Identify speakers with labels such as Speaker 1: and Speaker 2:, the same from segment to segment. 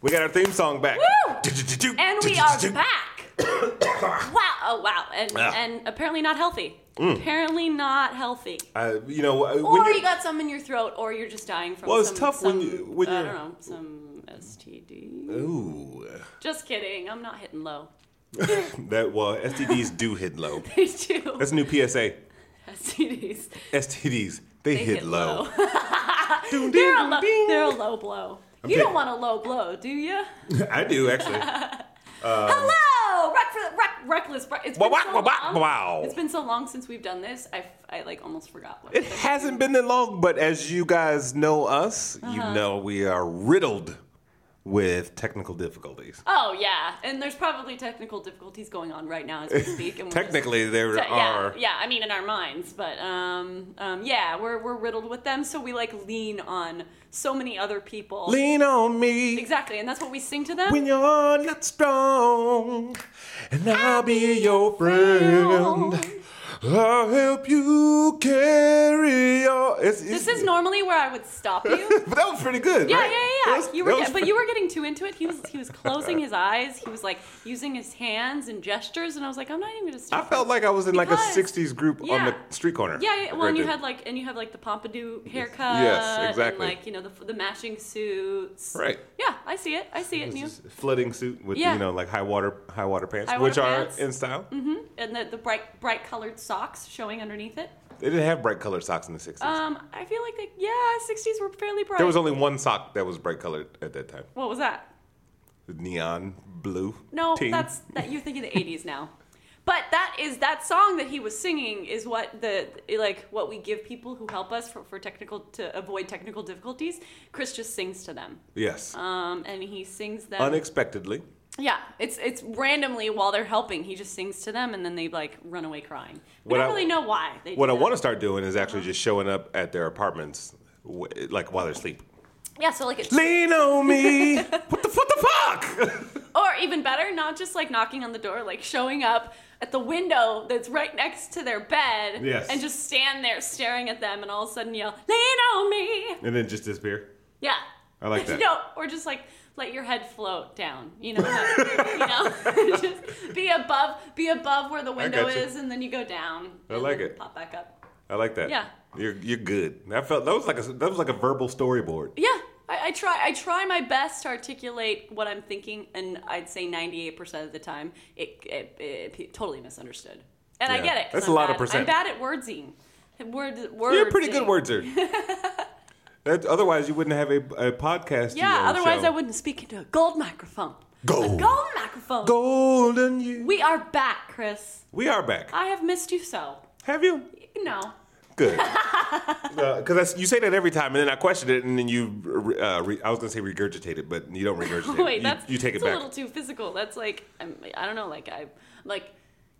Speaker 1: We got our theme song back.
Speaker 2: And we are back. wow. Oh, wow. And, and apparently not healthy. Apparently not healthy.
Speaker 1: Uh, you know, uh, when
Speaker 2: Or
Speaker 1: Mm. you-
Speaker 2: you got some in your throat, or you're just dying from
Speaker 1: Well, it's
Speaker 2: some,
Speaker 1: tough when
Speaker 2: some,
Speaker 1: you- when
Speaker 2: I
Speaker 1: you're- Uh.
Speaker 2: don't know, some STD.
Speaker 1: Ooh,
Speaker 2: Just kidding. I'm not hitting low.
Speaker 1: that well, STDs do hit low.
Speaker 2: They do.
Speaker 1: That's a new PSA.
Speaker 2: STDs.
Speaker 1: STDs, they, hit, low. Dun,
Speaker 2: they're, a
Speaker 1: dun,
Speaker 2: low
Speaker 1: dun.
Speaker 2: they're a low blow. you
Speaker 1: pick-
Speaker 2: don't want a low blow, do you?
Speaker 1: I do actually.
Speaker 2: Hello, Reck- Reck- reckless. Reck- It's been
Speaker 1: Wah,
Speaker 2: so
Speaker 1: wah, wah,
Speaker 2: long.
Speaker 1: wow.
Speaker 2: It's been so long since we've done this. I, f- I, like almost forgot what.
Speaker 1: It hasn't been that long, but as you guys know us, you
Speaker 2: Uh-huh.
Speaker 1: know we are riddled with technical difficulties.
Speaker 2: Oh yeah, and there's probably technical difficulties going on right now as we speak. And we're just-
Speaker 1: Technically, there
Speaker 2: Yeah,
Speaker 1: are.
Speaker 2: yeah, yeah, I mean in our minds, but um, um, yeah, we're we're riddled with them, so we like lean on so many other people.
Speaker 1: Lean on me
Speaker 2: Exactly, and that's what we sing to them.
Speaker 1: when you're not strong, and I'll be your friend. I'll help you carry on. It's,
Speaker 2: this
Speaker 1: it's-
Speaker 2: is normally where I would stop you.
Speaker 1: But that was pretty good.
Speaker 2: Yeah,
Speaker 1: right?
Speaker 2: yeah, yeah.
Speaker 1: That was-
Speaker 2: you were,
Speaker 1: that was
Speaker 2: get- but you were getting too into it. He was, he was closing his eyes. He was like using his hands and gestures, and I was like, I'm not even gonna
Speaker 1: I
Speaker 2: stop.
Speaker 1: felt like I was in
Speaker 2: Because-
Speaker 1: like a '60s group on
Speaker 2: yeah.
Speaker 1: the street corner.
Speaker 2: Yeah, yeah. Well,
Speaker 1: Right
Speaker 2: and you
Speaker 1: there.
Speaker 2: had like, and you had like the pompadour haircut.
Speaker 1: exactly.
Speaker 2: And like you know the the matching suits.
Speaker 1: Right.
Speaker 2: Yeah, I see it. I see it. in
Speaker 1: It's
Speaker 2: you.
Speaker 1: just a flooding suit with
Speaker 2: Yeah.
Speaker 1: you know like high water high water pants,
Speaker 2: High water
Speaker 1: which
Speaker 2: pants. Mm-hmm.
Speaker 1: are in style.
Speaker 2: And the, the bright bright colored socks showing underneath it.
Speaker 1: They didn't have bright colored socks in the '60s.
Speaker 2: Um, I feel like they, yeah, sixties were fairly bright.
Speaker 1: there was only one sock that was bright colored at that time,
Speaker 2: what was that?
Speaker 1: the neon blue.
Speaker 2: No,
Speaker 1: team.
Speaker 2: that's that you're thinking the eighties now. But that is that song that he was singing is what the like what we give people who help us for, for technical to avoid technical difficulties. Chris just sings to them,
Speaker 1: yes.
Speaker 2: um, and he sings them.
Speaker 1: Unexpectedly,
Speaker 2: yeah, it's it's randomly while they're helping, he just sings to them, and then they like run away crying. We
Speaker 1: What
Speaker 2: don't
Speaker 1: I-
Speaker 2: really know why. They
Speaker 1: what I want to
Speaker 2: to
Speaker 1: start doing is
Speaker 2: Uh-huh.
Speaker 1: actually just showing up at their apartments, w- like while they're asleep.
Speaker 2: yeah, so like it's,
Speaker 1: Lean on me. what the what the fuck?
Speaker 2: or even better, not just like knocking on the door, like showing up at the window that's right next to their bed,
Speaker 1: Yes.
Speaker 2: and just stand there staring at them, and all of a sudden yell, "Lean on me!"
Speaker 1: and then just disappear.
Speaker 2: Yeah.
Speaker 1: I like that.
Speaker 2: no, or just like let your head float down. You know, like, you know, just be above, be above where the window
Speaker 1: gotcha.
Speaker 2: is, and then you go down.
Speaker 1: I
Speaker 2: and
Speaker 1: like
Speaker 2: then
Speaker 1: it.
Speaker 2: Pop back up.
Speaker 1: I like that.
Speaker 2: Yeah.
Speaker 1: You're you're good. I felt that was like a that was like a verbal storyboard.
Speaker 2: Yeah, I, I try. I try my best to articulate what I'm thinking, and I'd say 98 percent of the time, it, it, it, pe- totally misunderstood. And I
Speaker 1: Yeah,
Speaker 2: get it. 'cause
Speaker 1: that's a
Speaker 2: I'm
Speaker 1: lot of
Speaker 2: bad.
Speaker 1: percent.
Speaker 2: I'm bad at wordsing. Word, word.
Speaker 1: You're a pretty good wordser. that, otherwise, you wouldn't have a, a podcast.
Speaker 2: Yeah. Otherwise, I wouldn't speak into a gold microphone.
Speaker 1: Gold.
Speaker 2: A gold microphone.
Speaker 1: Golden you.
Speaker 2: We are back, Chris.
Speaker 1: We are back.
Speaker 2: I have missed you so.
Speaker 1: have you?
Speaker 2: No.
Speaker 1: Good. Because you say that every time, and then I question it, and then you. Uh, re, I was gonna say regurgitate it, but you don't regurgitate. it.
Speaker 2: Wait,
Speaker 1: You-
Speaker 2: that's
Speaker 1: you take it
Speaker 2: it's
Speaker 1: back.
Speaker 2: a little too physical. That's like I'm, I don't know. Like I like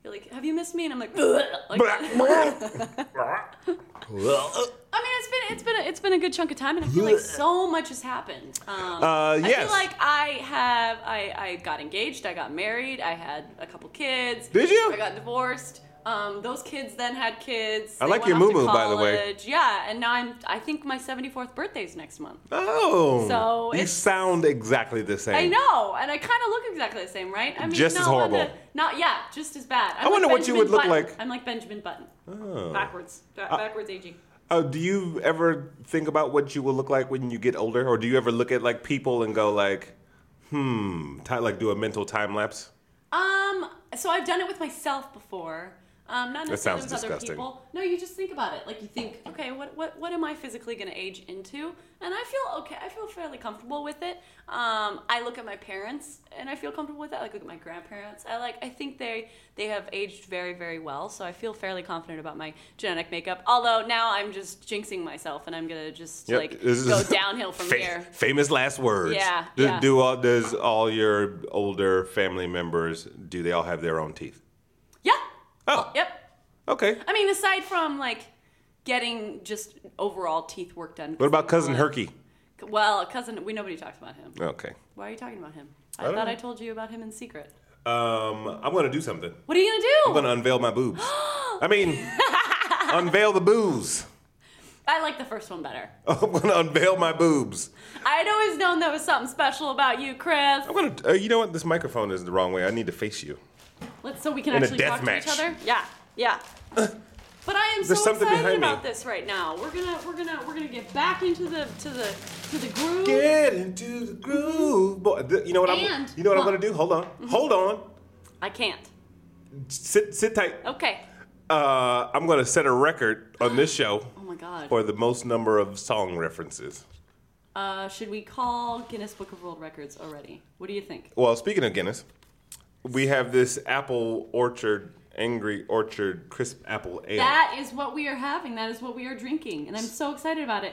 Speaker 2: you're like, have you missed me? And I'm like, "Ugh," like that.
Speaker 1: Uh,
Speaker 2: I mean, it's been it's been a, it's been a good chunk of time, and I feel like so much has happened. Um,
Speaker 1: Uh,
Speaker 2: I
Speaker 1: yes.
Speaker 2: feel like I have I I got engaged, I got married, I had a couple kids.
Speaker 1: Did you?
Speaker 2: I got divorced. Um, those kids then had kids.
Speaker 1: I
Speaker 2: They
Speaker 1: like
Speaker 2: went
Speaker 1: your
Speaker 2: off to
Speaker 1: moo-moo, by the way.
Speaker 2: college. Yeah, and now I'm I think my 74th birthday's next month.
Speaker 1: oh.
Speaker 2: So
Speaker 1: you
Speaker 2: it's-
Speaker 1: sound exactly the same.
Speaker 2: I know, and I kind of look exactly the same, right? I mean,
Speaker 1: Just
Speaker 2: not
Speaker 1: as horrible.
Speaker 2: One to, not yeah, just as bad. I'm
Speaker 1: I wonder
Speaker 2: like
Speaker 1: what you would
Speaker 2: Benjamin
Speaker 1: look
Speaker 2: Button.
Speaker 1: like. Oh.
Speaker 2: I'm like Benjamin Button. Backwards, Ba- backwards aging.
Speaker 1: Uh, do you ever think about what you will look like when you get older, or do you ever look at like people and go like, hmm, ti- like do a mental time lapse?
Speaker 2: Um, so I've done it with myself before. Um, not necessarily
Speaker 1: sounds
Speaker 2: with
Speaker 1: disgusting.
Speaker 2: other people. No, you just think about it. Like you think, okay, what what what am I physically going to age into? And I feel okay. I feel fairly comfortable with it. Um, I look at my parents and I feel comfortable with that. Like look at my grandparents. I like. I think they they have aged very very well. So I feel fairly confident about my genetic makeup. Although now I'm just jinxing myself and I'm gonna just
Speaker 1: Yep,
Speaker 2: like
Speaker 1: this is-
Speaker 2: go downhill from
Speaker 1: Fa-
Speaker 2: here.
Speaker 1: Famous last words.
Speaker 2: Yeah,
Speaker 1: Do,
Speaker 2: yeah.
Speaker 1: do all does all your older family members do they all have their own teeth?
Speaker 2: Yeah.
Speaker 1: Oh.
Speaker 2: Yep.
Speaker 1: Okay.
Speaker 2: I mean, aside from like getting just overall teeth work done.
Speaker 1: What about cousin Herky?
Speaker 2: Well, cousin, we nobody talks about him.
Speaker 1: Okay.
Speaker 2: Why are you talking about him?
Speaker 1: I
Speaker 2: I,
Speaker 1: don't
Speaker 2: thought
Speaker 1: know.
Speaker 2: I told you about him in secret.
Speaker 1: Um, I'm gonna do something.
Speaker 2: What are you gonna do?
Speaker 1: I'm gonna unveil my boobs. I mean, unveil the booze.
Speaker 2: I like the first one better.
Speaker 1: I'm gonna unveil my boobs.
Speaker 2: I'd always known there was something special about you, Chris.
Speaker 1: I'm gonna. Uh, you know what? This microphone is the wrong way. I need to face you.
Speaker 2: Let's so we can
Speaker 1: In a
Speaker 2: actually
Speaker 1: death
Speaker 2: talk
Speaker 1: match.
Speaker 2: to each other. Yeah, yeah. But I am so
Speaker 1: There's something
Speaker 2: excited
Speaker 1: behind me.
Speaker 2: about this right now. We're gonna we're gonna we're gonna get back into the to the to the groove.
Speaker 1: Get into the groove, boy. Th- You know what I'm.
Speaker 2: And- Mm-hmm.
Speaker 1: You know what I'm
Speaker 2: huh.
Speaker 1: gonna do? Hold on. Hold on.
Speaker 2: I can't.
Speaker 1: Sit. Sit tight.
Speaker 2: Okay.
Speaker 1: Uh, I'm gonna set a record on this show
Speaker 2: Oh my god.
Speaker 1: for the most number of song references.
Speaker 2: Uh, should we call Guinness Book of World Records already? What do you think?
Speaker 1: Well, speaking of Guinness, we have this apple orchard, angry orchard, crisp apple ale.
Speaker 2: That is what we are having. That is what we are drinking, and I'm so excited about it.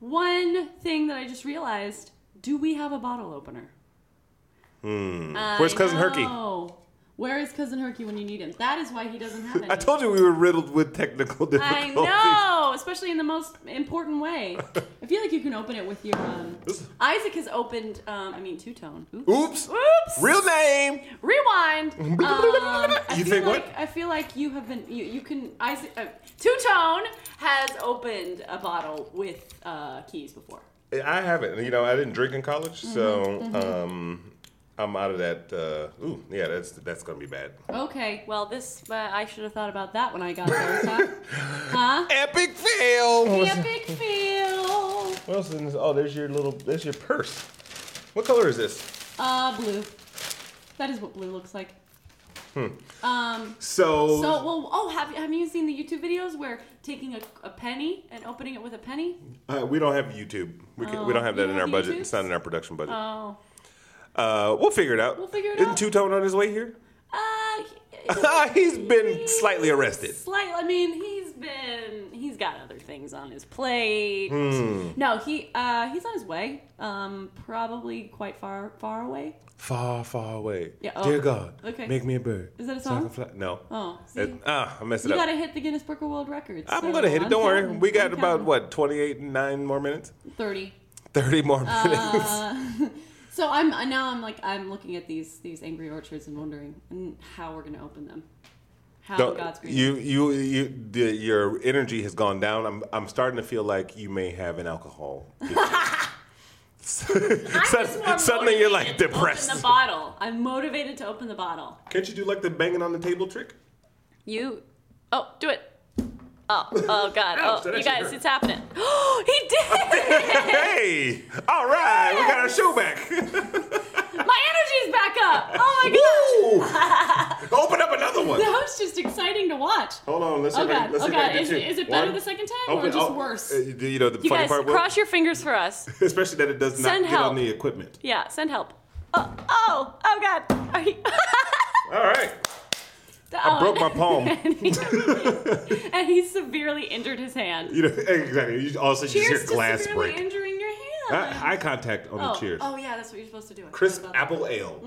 Speaker 2: One thing that I just realized: do we have a bottle opener? Hmm.
Speaker 1: Where's Cousin Herky?
Speaker 2: Where is cousin Herky when you need him? That is why he doesn't have any.
Speaker 1: I told you we were riddled with technical
Speaker 2: I
Speaker 1: difficulties.
Speaker 2: know, especially in the most important way. I feel like you can open it with your. Um, Isaac has opened. Um, I mean, two tone.
Speaker 1: Oops.
Speaker 2: Oops.
Speaker 1: Real name.
Speaker 2: Rewind. Um, I
Speaker 1: You
Speaker 2: feel
Speaker 1: think what?
Speaker 2: like, I feel like you have been. You, you can. Isaac. Uh, Two Tone has opened a bottle with uh, keys before.
Speaker 1: I haven't. You know, I didn't drink in college, so
Speaker 2: Mm-hmm.
Speaker 1: um, I'm out of that. Uh, ooh, yeah, that's that's gonna be bad.
Speaker 2: Okay. Well, this. Uh, I should have thought about that when I got there. Huh? huh?
Speaker 1: Epic fail.
Speaker 2: Be a big feel.
Speaker 1: What else is in this? Oh, there's your little. There's your purse. What color is this?
Speaker 2: Uh, blue. That is what blue looks like. Hmm. Um.
Speaker 1: So,
Speaker 2: So, well, oh, have you, have you seen the YouTube videos where taking a, a penny and opening it with a penny?
Speaker 1: uh, we don't have YouTube. We, can, we
Speaker 2: Oh,
Speaker 1: don't have
Speaker 2: you
Speaker 1: that
Speaker 2: don't
Speaker 1: in our
Speaker 2: have
Speaker 1: budget.
Speaker 2: YouTube?
Speaker 1: It's not in our production budget.
Speaker 2: Oh.
Speaker 1: Uh, we'll figure it out.
Speaker 2: We'll figure it
Speaker 1: Isn't
Speaker 2: out.
Speaker 1: Two Tone on his way here?
Speaker 2: Uh,
Speaker 1: He's been slightly arrested.
Speaker 2: Slight. I mean, he's been he's got other things on his plate.
Speaker 1: Hmm.
Speaker 2: No, he uh he's on his way. Um, probably quite far far away.
Speaker 1: Far, far away.
Speaker 2: Yeah, oh,
Speaker 1: Dear God,
Speaker 2: okay.
Speaker 1: make me a bird.
Speaker 2: Is that a
Speaker 1: so I can
Speaker 2: song?
Speaker 1: fly- No.
Speaker 2: Oh, see,
Speaker 1: It- ah, I messed it
Speaker 2: you
Speaker 1: up.
Speaker 2: gotta hit the Guinness Book of World Records.
Speaker 1: I'm
Speaker 2: so
Speaker 1: gonna hit it.
Speaker 2: I'm
Speaker 1: Don't worry.
Speaker 2: counting.
Speaker 1: We got
Speaker 2: I'm
Speaker 1: about
Speaker 2: counting.
Speaker 1: what 28, nine more minutes,
Speaker 2: thirty.
Speaker 1: thirty more minutes.
Speaker 2: Uh, so I'm uh, now I'm like I'm looking at these these angry orchards and wondering mm, how we're gonna open them. How
Speaker 1: Don't-
Speaker 2: God's green.
Speaker 1: you, you, you, the, your energy has gone down. I'm, I'm starting to feel like you may have an alcohol. Sud-
Speaker 2: I'm just more
Speaker 1: suddenly, you're like
Speaker 2: motivated to open
Speaker 1: depressed.
Speaker 2: the bottle. I'm motivated to open the bottle.
Speaker 1: Can't you do like the banging on the table trick?
Speaker 2: You, oh, do it. Oh, oh
Speaker 1: Ouch, that
Speaker 2: God! oh,
Speaker 1: actually
Speaker 2: you guys,
Speaker 1: hurt.
Speaker 2: it's happening. he did.
Speaker 1: hey! All right, we got our show back.
Speaker 2: My energy's back up. Oh my God!
Speaker 1: Woo! Open up another one.
Speaker 2: That was just exciting to watch.
Speaker 1: Hold on, let's see
Speaker 2: Oh
Speaker 1: if I-
Speaker 2: God!
Speaker 1: let's
Speaker 2: Oh
Speaker 1: see if I
Speaker 2: God!
Speaker 1: can
Speaker 2: Is,
Speaker 1: get
Speaker 2: it-
Speaker 1: you.
Speaker 2: is it better
Speaker 1: One.
Speaker 2: the second time or
Speaker 1: Open-
Speaker 2: just
Speaker 1: oh,
Speaker 2: worse?
Speaker 1: uh, You know the
Speaker 2: You
Speaker 1: funny
Speaker 2: guys,
Speaker 1: part was-
Speaker 2: cross your fingers for us.
Speaker 1: especially that it does not
Speaker 2: Send
Speaker 1: get on
Speaker 2: help.
Speaker 1: the equipment.
Speaker 2: Yeah, send help. Oh, oh, oh God! Are you?
Speaker 1: All right.
Speaker 2: Oh.
Speaker 1: I broke my palm.
Speaker 2: and, he, and he severely injured his hand.
Speaker 1: You know, exactly. You also just
Speaker 2: Cheers
Speaker 1: hear
Speaker 2: to
Speaker 1: glass
Speaker 2: severely
Speaker 1: break.
Speaker 2: injuring your hand.
Speaker 1: Eye eye contact on
Speaker 2: oh,
Speaker 1: the cheers.
Speaker 2: oh Mm-hmm. yeah, that's what you're supposed to do. I forgot
Speaker 1: Crisp
Speaker 2: about that.
Speaker 1: apple ale.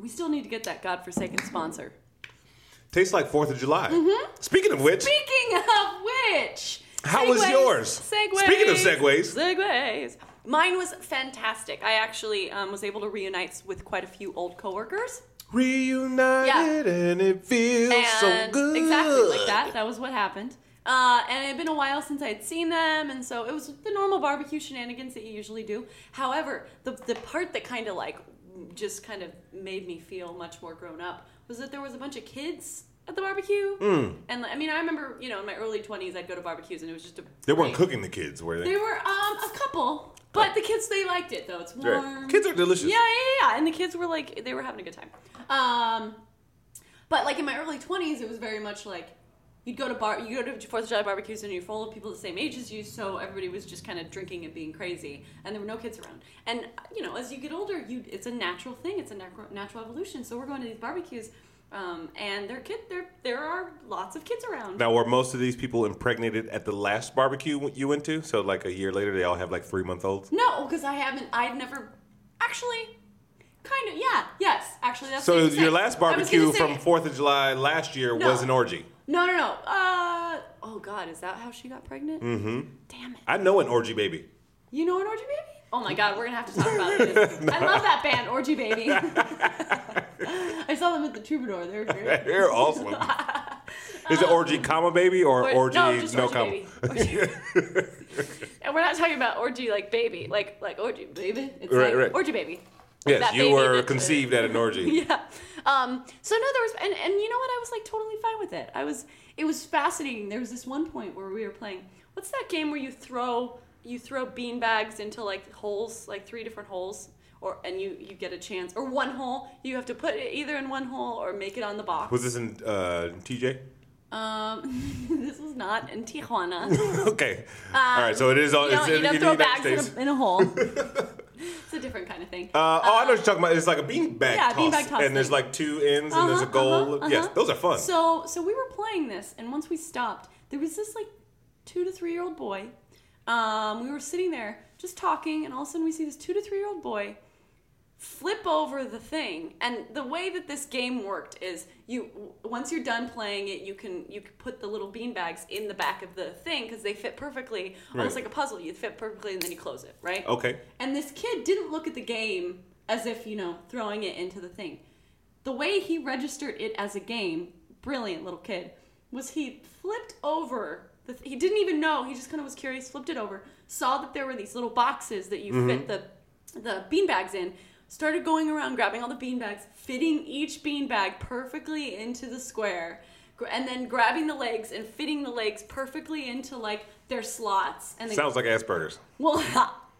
Speaker 2: We still need to get that godforsaken sponsor.
Speaker 1: Tastes like 4th of July.
Speaker 2: Mm-hmm.
Speaker 1: Speaking of which,
Speaker 2: Speaking of which,
Speaker 1: How was
Speaker 2: segues,
Speaker 1: yours?
Speaker 2: Segues.
Speaker 1: Speaking of segues.
Speaker 2: segues. Mine was fantastic. I actually um, was able to reunite with quite a few old coworkers.
Speaker 1: reunited and it feels so
Speaker 2: And
Speaker 1: good.
Speaker 2: Exactly like that. That was what happened. Uh, and it had been a while since I'd seen them, and so it was the normal barbecue shenanigans that you usually do. However, the the part that kind of like just kind of made me feel much more grown up was that there was a bunch of kids at the barbecue.
Speaker 1: Hmm.
Speaker 2: And I mean, I remember you know in my early twenties I'd go to barbecues and it was just a
Speaker 1: They weren't
Speaker 2: great-
Speaker 1: cooking the kids, were they?
Speaker 2: They were um, a couple, but the kids they liked it though. It's
Speaker 1: Right.
Speaker 2: warm.
Speaker 1: Kids are delicious.
Speaker 2: Yeah, yeah, yeah. And the kids were like, they were having a good time. Um, but like in my early twenties, it was very much like you'd go to bar, you go to Fourth of July barbecues, and you're full of people the same age as you, so everybody was just kind of drinking and being crazy, and there were no kids around. And you know, as you get older, you it's a natural thing, it's a nacro- natural evolution. So we're going to these barbecues. Um, and there kid there there are lots of kids around.
Speaker 1: Now, were most of these people impregnated at the last barbecue you went to? So, like a year later, they all have like three month olds?
Speaker 2: No, because I haven't. I've never actually. Kind of, yeah, yes. Actually, that's
Speaker 1: So,
Speaker 2: what you
Speaker 1: your
Speaker 2: said.
Speaker 1: last
Speaker 2: I was gonna
Speaker 1: barbecue
Speaker 2: say-
Speaker 1: from 4th of July last year
Speaker 2: No.
Speaker 1: was an orgy.
Speaker 2: No, no, no. Uh, oh God, is that how she got pregnant? Mm-hmm. Damn it.
Speaker 1: I know an orgy baby.
Speaker 2: You know an orgy baby? Oh my God, we're gonna have to talk about this. I love that band, Orgy Baby. I saw them at the Troubadour. They're great.
Speaker 1: They're awesome. Is it orgy, comma baby, or
Speaker 2: Um, Or-
Speaker 1: orgy,
Speaker 2: no, just orgy
Speaker 1: comma?
Speaker 2: baby. Orgy. and we're not talking about orgy like baby, like like orgy baby. It's
Speaker 1: Right,
Speaker 2: like
Speaker 1: right.
Speaker 2: orgy baby.
Speaker 1: yes,
Speaker 2: That
Speaker 1: you
Speaker 2: baby
Speaker 1: were
Speaker 2: that's-
Speaker 1: conceived at an orgy.
Speaker 2: yeah. Um, so no, there was, and, and you know what? I was like totally fine with it. I was, it was fascinating. There was this one point where we were playing. What's that game where you throw you throw bean bags into like holes, like three different holes, or and you you get a chance, or one hole. You have to put it either in one hole or make it on the box.
Speaker 1: Was this in uh, TJ?
Speaker 2: um, this was not in Tijuana.
Speaker 1: okay. All right. So it is all.
Speaker 2: Um, You don't,
Speaker 1: it's
Speaker 2: you
Speaker 1: in,
Speaker 2: don't
Speaker 1: in
Speaker 2: throw
Speaker 1: the United
Speaker 2: bags in
Speaker 1: States.
Speaker 2: a, in a hole. it's a different kind of thing.
Speaker 1: Uh, oh, I know what you're talking about. It's like a beanbag
Speaker 2: Yeah,
Speaker 1: toss,
Speaker 2: beanbag toss
Speaker 1: and there's
Speaker 2: thing.
Speaker 1: like two ends, and there's a
Speaker 2: Uh-huh,
Speaker 1: goal.
Speaker 2: uh-huh,
Speaker 1: Yes,
Speaker 2: uh-huh.
Speaker 1: those are fun.
Speaker 2: So so we were playing this, and once we stopped, there was this like two to three year old boy. Um, we were sitting there just talking, and all of a sudden we see this two to three year old boy flip over the thing. And the way that this game worked is you w- once you're done playing it, you can you can put the little bean bags in the back of the thing because they fit perfectly,
Speaker 1: Right.
Speaker 2: almost like a puzzle. You fit perfectly, and then you close it, right?
Speaker 1: okay.
Speaker 2: And this kid didn't look at the game as if, you know, throwing it into the thing. The way he registered it as a game, brilliant little kid, was he flipped over. The th- he didn't even know. He just kind of was curious, flipped it over, saw that there were these little boxes that you fit the the beanbags in. Started going around grabbing all the beanbags, fitting each beanbag perfectly into the square, gr- and then grabbing the legs and fitting the legs perfectly into like their slots. And then
Speaker 1: Sounds like Asperger's.
Speaker 2: well,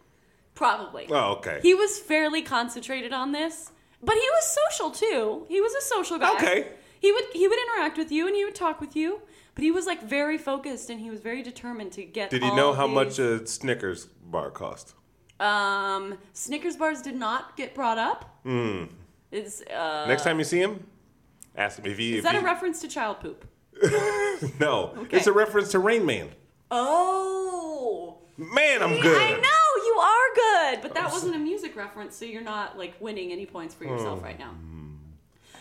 Speaker 2: probably.
Speaker 1: Oh, okay.
Speaker 2: He was fairly concentrated on this, but he was social too. He was a social guy.
Speaker 1: Okay.
Speaker 2: He would he would interact with you and he would talk with you, but he was like very focused and he was very determined to get.
Speaker 1: Did he
Speaker 2: all
Speaker 1: know
Speaker 2: of
Speaker 1: how much
Speaker 2: these-
Speaker 1: a Snickers bar cost?
Speaker 2: um, Snickers bars did not get brought up. Mm.
Speaker 1: Hmm.
Speaker 2: It's uh,
Speaker 1: Next time you see him, ask him if he.
Speaker 2: is that a reference to child poop?
Speaker 1: no,
Speaker 2: Okay.
Speaker 1: it's a reference to Rain Man.
Speaker 2: Oh.
Speaker 1: Man, I'm good.
Speaker 2: I know you are good, but that wasn't a music reference, so you're not like winning any points for yourself right now.
Speaker 1: Hmm.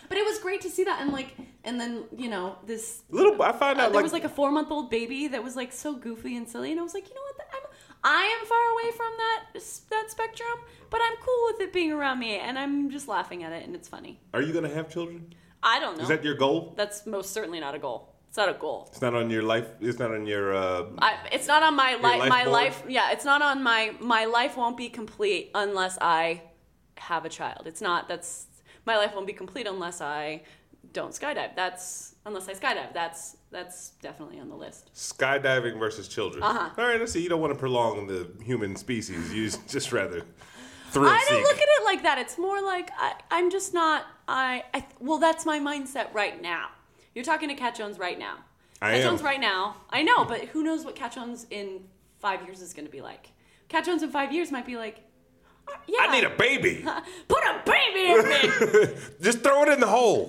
Speaker 2: But it was great to see that, and like, and then you know this.
Speaker 1: Little, I find out
Speaker 2: Uh, there
Speaker 1: like,
Speaker 2: was like a four month old baby that was like so goofy and silly, and I was like, you know what? I'm, I am far away from that that spectrum, but I'm cool with it being around me, and I'm just laughing at it, and it's funny.
Speaker 1: Are you gonna have children?
Speaker 2: I don't know.
Speaker 1: Is that your goal?
Speaker 2: That's most certainly not a goal. It's not a goal.
Speaker 1: It's not on your life. It's not on your. Uh,
Speaker 2: I, it's not on my life.
Speaker 1: life
Speaker 2: my
Speaker 1: board?
Speaker 2: life, yeah, it's not on my. My life won't be complete unless I have a child. It's not. That's my life won't be complete unless I don't skydive. That's unless I skydive. That's that's definitely on the list.
Speaker 1: skydiving versus children.
Speaker 2: Uh-huh.
Speaker 1: All right, I see. You don't want to prolong the human species. You just- just rather thrill
Speaker 2: I
Speaker 1: seek.
Speaker 2: don't look at it like that. It's more like I, I'm just not. I, I well, that's my mindset right now. You're talking to Cat Jones right now.
Speaker 1: I
Speaker 2: Cat
Speaker 1: am.
Speaker 2: Jones right now. I know, but who knows what Cat Jones in five years is going to be like? Cat Jones in five years might be like, "Uh, yeah.
Speaker 1: I need a baby.
Speaker 2: Put a baby in me.
Speaker 1: Just throw it in the hole.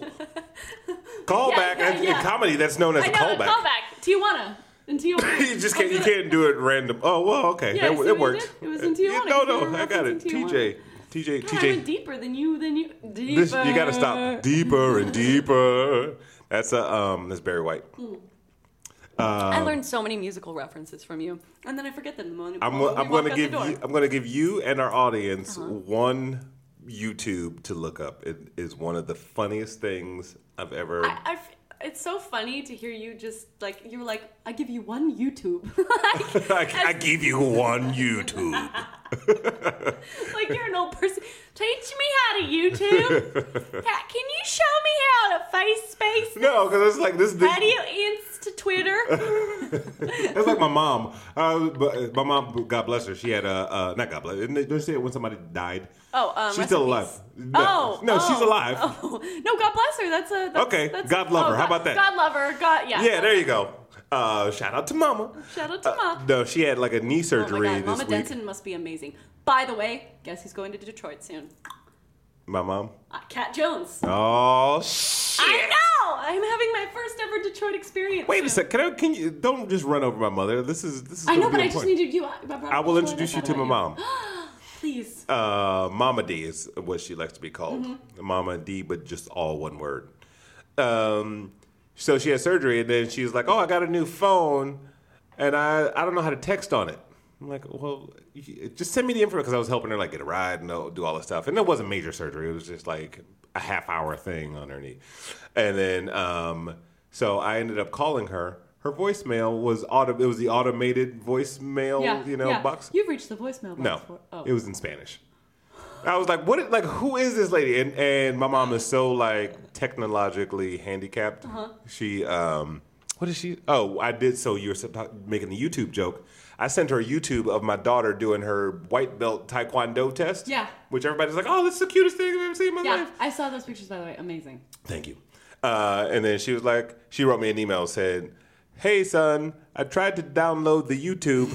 Speaker 1: Callback
Speaker 2: yeah,
Speaker 1: in-
Speaker 2: yeah.
Speaker 1: in comedy. That's known as
Speaker 2: I
Speaker 1: a
Speaker 2: know. a
Speaker 1: callback.
Speaker 2: Callback. Tijuana. In Tijuana.
Speaker 1: you just can't.
Speaker 2: I
Speaker 1: You
Speaker 2: did it.
Speaker 1: can't do it random. Oh well, okay.
Speaker 2: Yeah,
Speaker 1: that, that
Speaker 2: see what you
Speaker 1: worked.
Speaker 2: did? It was in
Speaker 1: Yeah,
Speaker 2: Tijuana.
Speaker 1: No,
Speaker 2: You were
Speaker 1: no, I got it.
Speaker 2: referencing Tijuana.
Speaker 1: TJ, TJ,
Speaker 2: God, I went
Speaker 1: TJ.
Speaker 2: deeper than you. Than you. Deeper.
Speaker 1: This you got to stop. Deeper and deeper. That's a um. That's Barry White. Um,
Speaker 2: I learned so many musical references from you, and then I forget them the moment.
Speaker 1: I'm,
Speaker 2: when we
Speaker 1: I'm
Speaker 2: oh,
Speaker 1: gonna
Speaker 2: walk out the
Speaker 1: give you,
Speaker 2: door. Uh-huh.
Speaker 1: I'm gonna give you and our audience one YouTube to look up. It is one of the funniest things I've ever.
Speaker 2: I, I f- it's so funny to hear you just like you're like I give you one YouTube, like,
Speaker 1: I, I give you one YouTube.
Speaker 2: like you're an old person. Teach me how to YouTube. Ha- Can you show me how to face space?
Speaker 1: No, because it's like this. this
Speaker 2: How do you insta Twitter?
Speaker 1: That's like my mom. Uh, but my mom, God bless her, she had a uh, not God bless. Don't you say it when somebody died?
Speaker 2: Oh, um,
Speaker 1: she's still alive.
Speaker 2: recipes.
Speaker 1: No,
Speaker 2: Oh,
Speaker 1: no, she's
Speaker 2: oh,
Speaker 1: alive.
Speaker 2: Oh. No, God bless her. That's a that's,
Speaker 1: Okay,
Speaker 2: That's, oh,
Speaker 1: God love her. How
Speaker 2: God-
Speaker 1: about that?
Speaker 2: God love her. God, yeah.
Speaker 1: Yeah, there you go. Uh, shout out to Mama.
Speaker 2: Shout out to
Speaker 1: Uh,
Speaker 2: Mom.
Speaker 1: no, she had like a knee
Speaker 2: Oh my
Speaker 1: surgery
Speaker 2: God,
Speaker 1: this
Speaker 2: Mama
Speaker 1: week.
Speaker 2: Denson must be amazing. By the way, guess who's going to Detroit soon?
Speaker 1: My mom.
Speaker 2: Uh, Cat Jones.
Speaker 1: Oh shit.
Speaker 2: I know. I'm having my first ever Detroit experience.
Speaker 1: Wait a
Speaker 2: soon.
Speaker 1: sec. Can I? Can you? Don't just run over my mother. This is this is.
Speaker 2: I
Speaker 1: gonna
Speaker 2: know,
Speaker 1: be
Speaker 2: but I just
Speaker 1: important.
Speaker 2: needed you. uh, I, brought-
Speaker 1: I will
Speaker 2: brought
Speaker 1: introduce you
Speaker 2: that
Speaker 1: to my
Speaker 2: up.
Speaker 1: mom.
Speaker 2: Please.
Speaker 1: Uh, Mama D is what she likes to be called. Mama D, but just all one word. Um, so she had surgery, and then she was like, "Oh, I got a new phone, and I I don't know how to text on it." I'm like, "Well, you- just send me the info because I was helping her like get a ride and all- do all this stuff." And it wasn't major surgery; it was just like a half hour thing on her knee. And then um, So I ended up calling her. Her voicemail was auto. It was the automated voicemail, you know, box.
Speaker 2: You've reached the voicemail box.
Speaker 1: No,
Speaker 2: For, oh.
Speaker 1: it was in Spanish. I was like, what? is- Like, who is this lady? And and my mom is so like technologically handicapped.
Speaker 2: Uh-huh.
Speaker 1: She um, what is she? Oh, I did. So you were so- talk- making the YouTube joke. I sent her a YouTube of my daughter doing her white belt taekwondo test.
Speaker 2: Yeah.
Speaker 1: Which everybody's like, oh, this is the cutest thing I've ever seen in my
Speaker 2: yeah,
Speaker 1: life.
Speaker 2: I saw those pictures by the way. Amazing.
Speaker 1: Thank you. Uh, and then she was like, she wrote me an email said, Hey son, I tried to download the YouTube,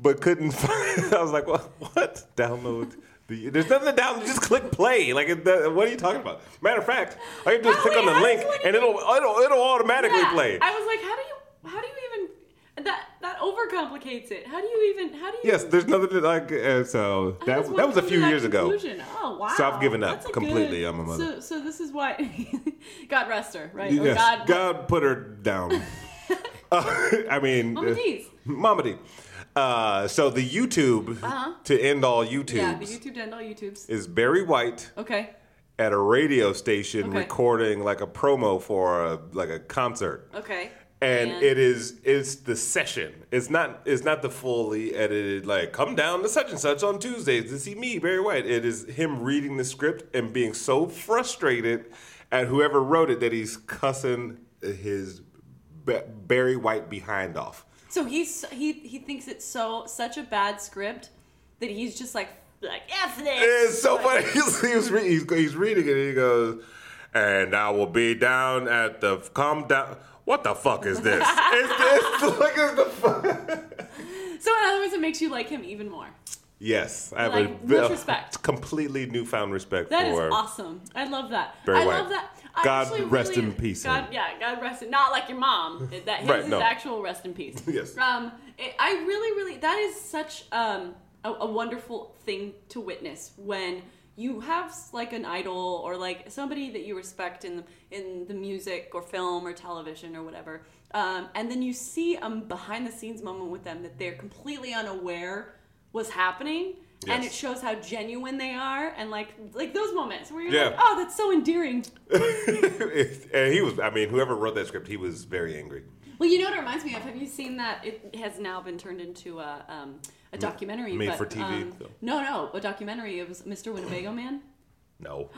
Speaker 1: but couldn't find. I was like, what? What? Download the? There's nothing to download. Just click play. Like, it, that- what are you talking about? Matter of fact, all you have to do is
Speaker 2: By the
Speaker 1: click
Speaker 2: way,
Speaker 1: on the
Speaker 2: how
Speaker 1: link,
Speaker 2: does one
Speaker 1: and it'll it'll it'll automatically
Speaker 2: Yeah,
Speaker 1: play.
Speaker 2: I was like, how do you how do you even that that overcomplicates it? How do you even how do you
Speaker 1: yes, there's nothing to like. Uh, so
Speaker 2: how does
Speaker 1: that
Speaker 2: one
Speaker 1: that was a
Speaker 2: come to
Speaker 1: few
Speaker 2: that
Speaker 1: years ago.
Speaker 2: conclusion? Oh wow.
Speaker 1: So I've given up
Speaker 2: That's a
Speaker 1: completely.
Speaker 2: good-
Speaker 1: I'm a mother.
Speaker 2: So so this is why God rest her, right? Or
Speaker 1: Yes,
Speaker 2: God,
Speaker 1: God, put her down. Uh, I mean,
Speaker 2: Mama
Speaker 1: uh,
Speaker 2: D's.
Speaker 1: Mama D. Uh, so the YouTube
Speaker 2: Uh-huh.
Speaker 1: to end all YouTubes
Speaker 2: Yeah, the YouTube dental YouTubes.
Speaker 1: is Barry White
Speaker 2: Okay.
Speaker 1: at a radio station
Speaker 2: Okay.
Speaker 1: recording like a promo for a, like a concert.
Speaker 2: Okay.
Speaker 1: And it is it's the session. It's not it's not the fully edited like come down to such and such on Tuesdays to see me Barry White. It is him reading the script and being so frustrated at whoever wrote it that he's cussing his Ba- Barry White behind off.
Speaker 2: So he's he he thinks it's so such a bad script that he's just like like f this.
Speaker 1: It's so funny. He's, he's, re- he's, he's reading it and he goes, and I will be down at the calm down. What the fuck is this? it's, it's like it's the fuck.
Speaker 2: So in other words, it makes you like him even more.
Speaker 1: Yes, I have
Speaker 2: Like,
Speaker 1: a,
Speaker 2: much respect.
Speaker 1: completely newfound respect
Speaker 2: That is
Speaker 1: for.
Speaker 2: awesome. I love that.
Speaker 1: Barry
Speaker 2: I
Speaker 1: White.
Speaker 2: love that. I
Speaker 1: God
Speaker 2: actually
Speaker 1: rest
Speaker 2: really-
Speaker 1: in peace,
Speaker 2: God,
Speaker 1: him.
Speaker 2: yeah, God rest in. Not like your mom. That his
Speaker 1: Right,
Speaker 2: is
Speaker 1: no.
Speaker 2: actual rest in peace.
Speaker 1: Yes.
Speaker 2: Um, it, I really, really, that is such um a, a wonderful thing to witness when you have s- like an idol or like somebody that you respect in the, in the music or film or television or whatever, um, and then you see a behind the scenes moment with them that they're completely unaware was happening. And
Speaker 1: Yes.
Speaker 2: it shows how genuine they are, and like like those moments where you're
Speaker 1: Yeah.
Speaker 2: like, "Oh, that's so endearing."
Speaker 1: and he was, I mean, whoever wrote that script, he was very angry.
Speaker 2: Well, you know what it reminds me of? Have you seen that? It has now been turned into a, um, a documentary.
Speaker 1: made
Speaker 2: but,
Speaker 1: for TV,
Speaker 2: um,
Speaker 1: though.
Speaker 2: no, no, a documentary. It was Mr. Winnebago Man.
Speaker 1: No.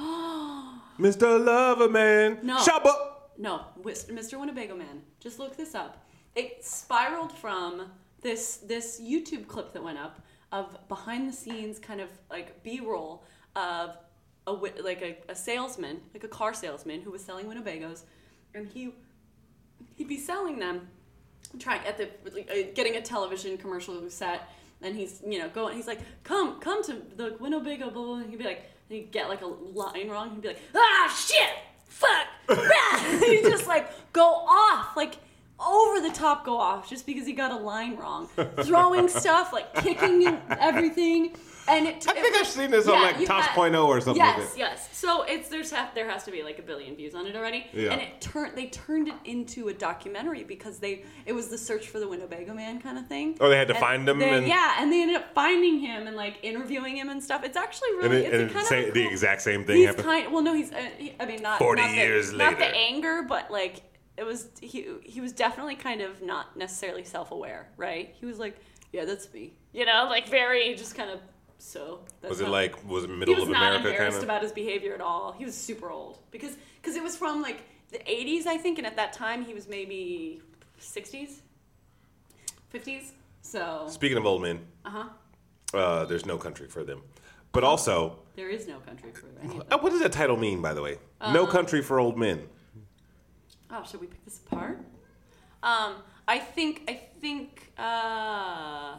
Speaker 1: Mr. Loverman.
Speaker 2: No.
Speaker 1: Shabba.
Speaker 2: No, Wis- Mr. Winnebago Man. Just look this up. It spiraled from this this YouTube clip that went up of behind the scenes kind of like B roll of a wi- like a, a salesman, like a car salesman who was selling Winnebagos, and he he'd be selling them, trying at the like, uh, getting a television commercial set, and he's you know going. He's like, come, come to the Winnebago, blah blah. blah. And he'd be like, and he'd get like a line wrong. He'd be like, ah shit, fuck. rah." he'd just like go off like. Over the top, go off just because he got a line wrong, throwing stuff like kicking and everything, and it.
Speaker 1: I think I've seen this on
Speaker 2: Yeah,
Speaker 1: like
Speaker 2: you
Speaker 1: Tosh
Speaker 2: got-
Speaker 1: Point O or something
Speaker 2: Yes,
Speaker 1: like that.
Speaker 2: yes. So it's there's ha- there has to be like a billion views on it already,
Speaker 1: Yeah.
Speaker 2: and it turned they turned it into a documentary because they it was the search for the Winnebago Man kind of thing.
Speaker 1: Oh, they had to find him
Speaker 2: they-
Speaker 1: and-
Speaker 2: yeah, and they ended up finding him and like interviewing him and stuff. It's actually
Speaker 1: And,
Speaker 2: really
Speaker 1: it,
Speaker 2: it's a
Speaker 1: and
Speaker 2: kind
Speaker 1: say,
Speaker 2: of a
Speaker 1: the
Speaker 2: cool-
Speaker 1: exact same thing
Speaker 2: He's
Speaker 1: happened.
Speaker 2: kind. Well, no, he's. Uh, he, I mean, not
Speaker 1: 40
Speaker 2: not the-
Speaker 1: years
Speaker 2: Not the
Speaker 1: later.
Speaker 2: anger, but like it was. He he was definitely kind of not necessarily self aware, right? He was like, yeah, that's me. You know, like very just kind of. So that's
Speaker 1: was it
Speaker 2: how-
Speaker 1: like was it
Speaker 2: he
Speaker 1: middle
Speaker 2: was
Speaker 1: of
Speaker 2: not
Speaker 1: America
Speaker 2: embarrassed
Speaker 1: kind of?
Speaker 2: about his behavior at all. He was super old because because it was from like the 80s, I think, and at that time he was maybe 60s, 50s. So
Speaker 1: Speaking of old men,
Speaker 2: uh-huh.
Speaker 1: uh, there's no country for them. But also,
Speaker 2: there is no country for any of
Speaker 1: uh,
Speaker 2: them.
Speaker 1: what does that title mean, by the way? no
Speaker 2: Uh,
Speaker 1: country for old men.
Speaker 2: Oh, should we pick this apart? Um, I think I think uh,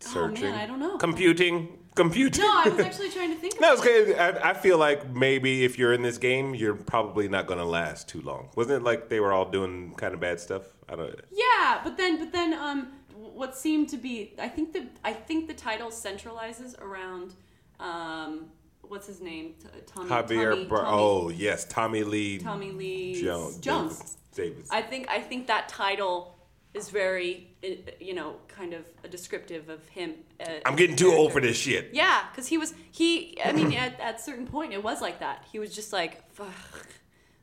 Speaker 1: Searching.
Speaker 2: I don't know.
Speaker 1: Computing. Computing.
Speaker 2: no, I was actually trying to think.
Speaker 1: No,
Speaker 2: About
Speaker 1: it's okay. I, I feel like maybe if you're in this game, you're probably not going to last too long. Wasn't it like they were all doing kind of bad stuff? I don't.
Speaker 2: Yeah, but then but then um what seemed to be I think the I think the title centralizes around um what's his name T- Tommy
Speaker 1: Javier.
Speaker 2: Tommy,
Speaker 1: Bar-
Speaker 2: Tommy,
Speaker 1: oh yes, Tommy Lee.
Speaker 2: Tommy Lee
Speaker 1: Jones.
Speaker 2: Jones.
Speaker 1: Davis.
Speaker 2: I think I think that title is very uh, you know kind of a descriptive of him. Uh,
Speaker 1: I'm getting too old for this shit.
Speaker 2: Yeah, because he was he. I mean, at at certain point, it was like that. He was just like, "Fuck,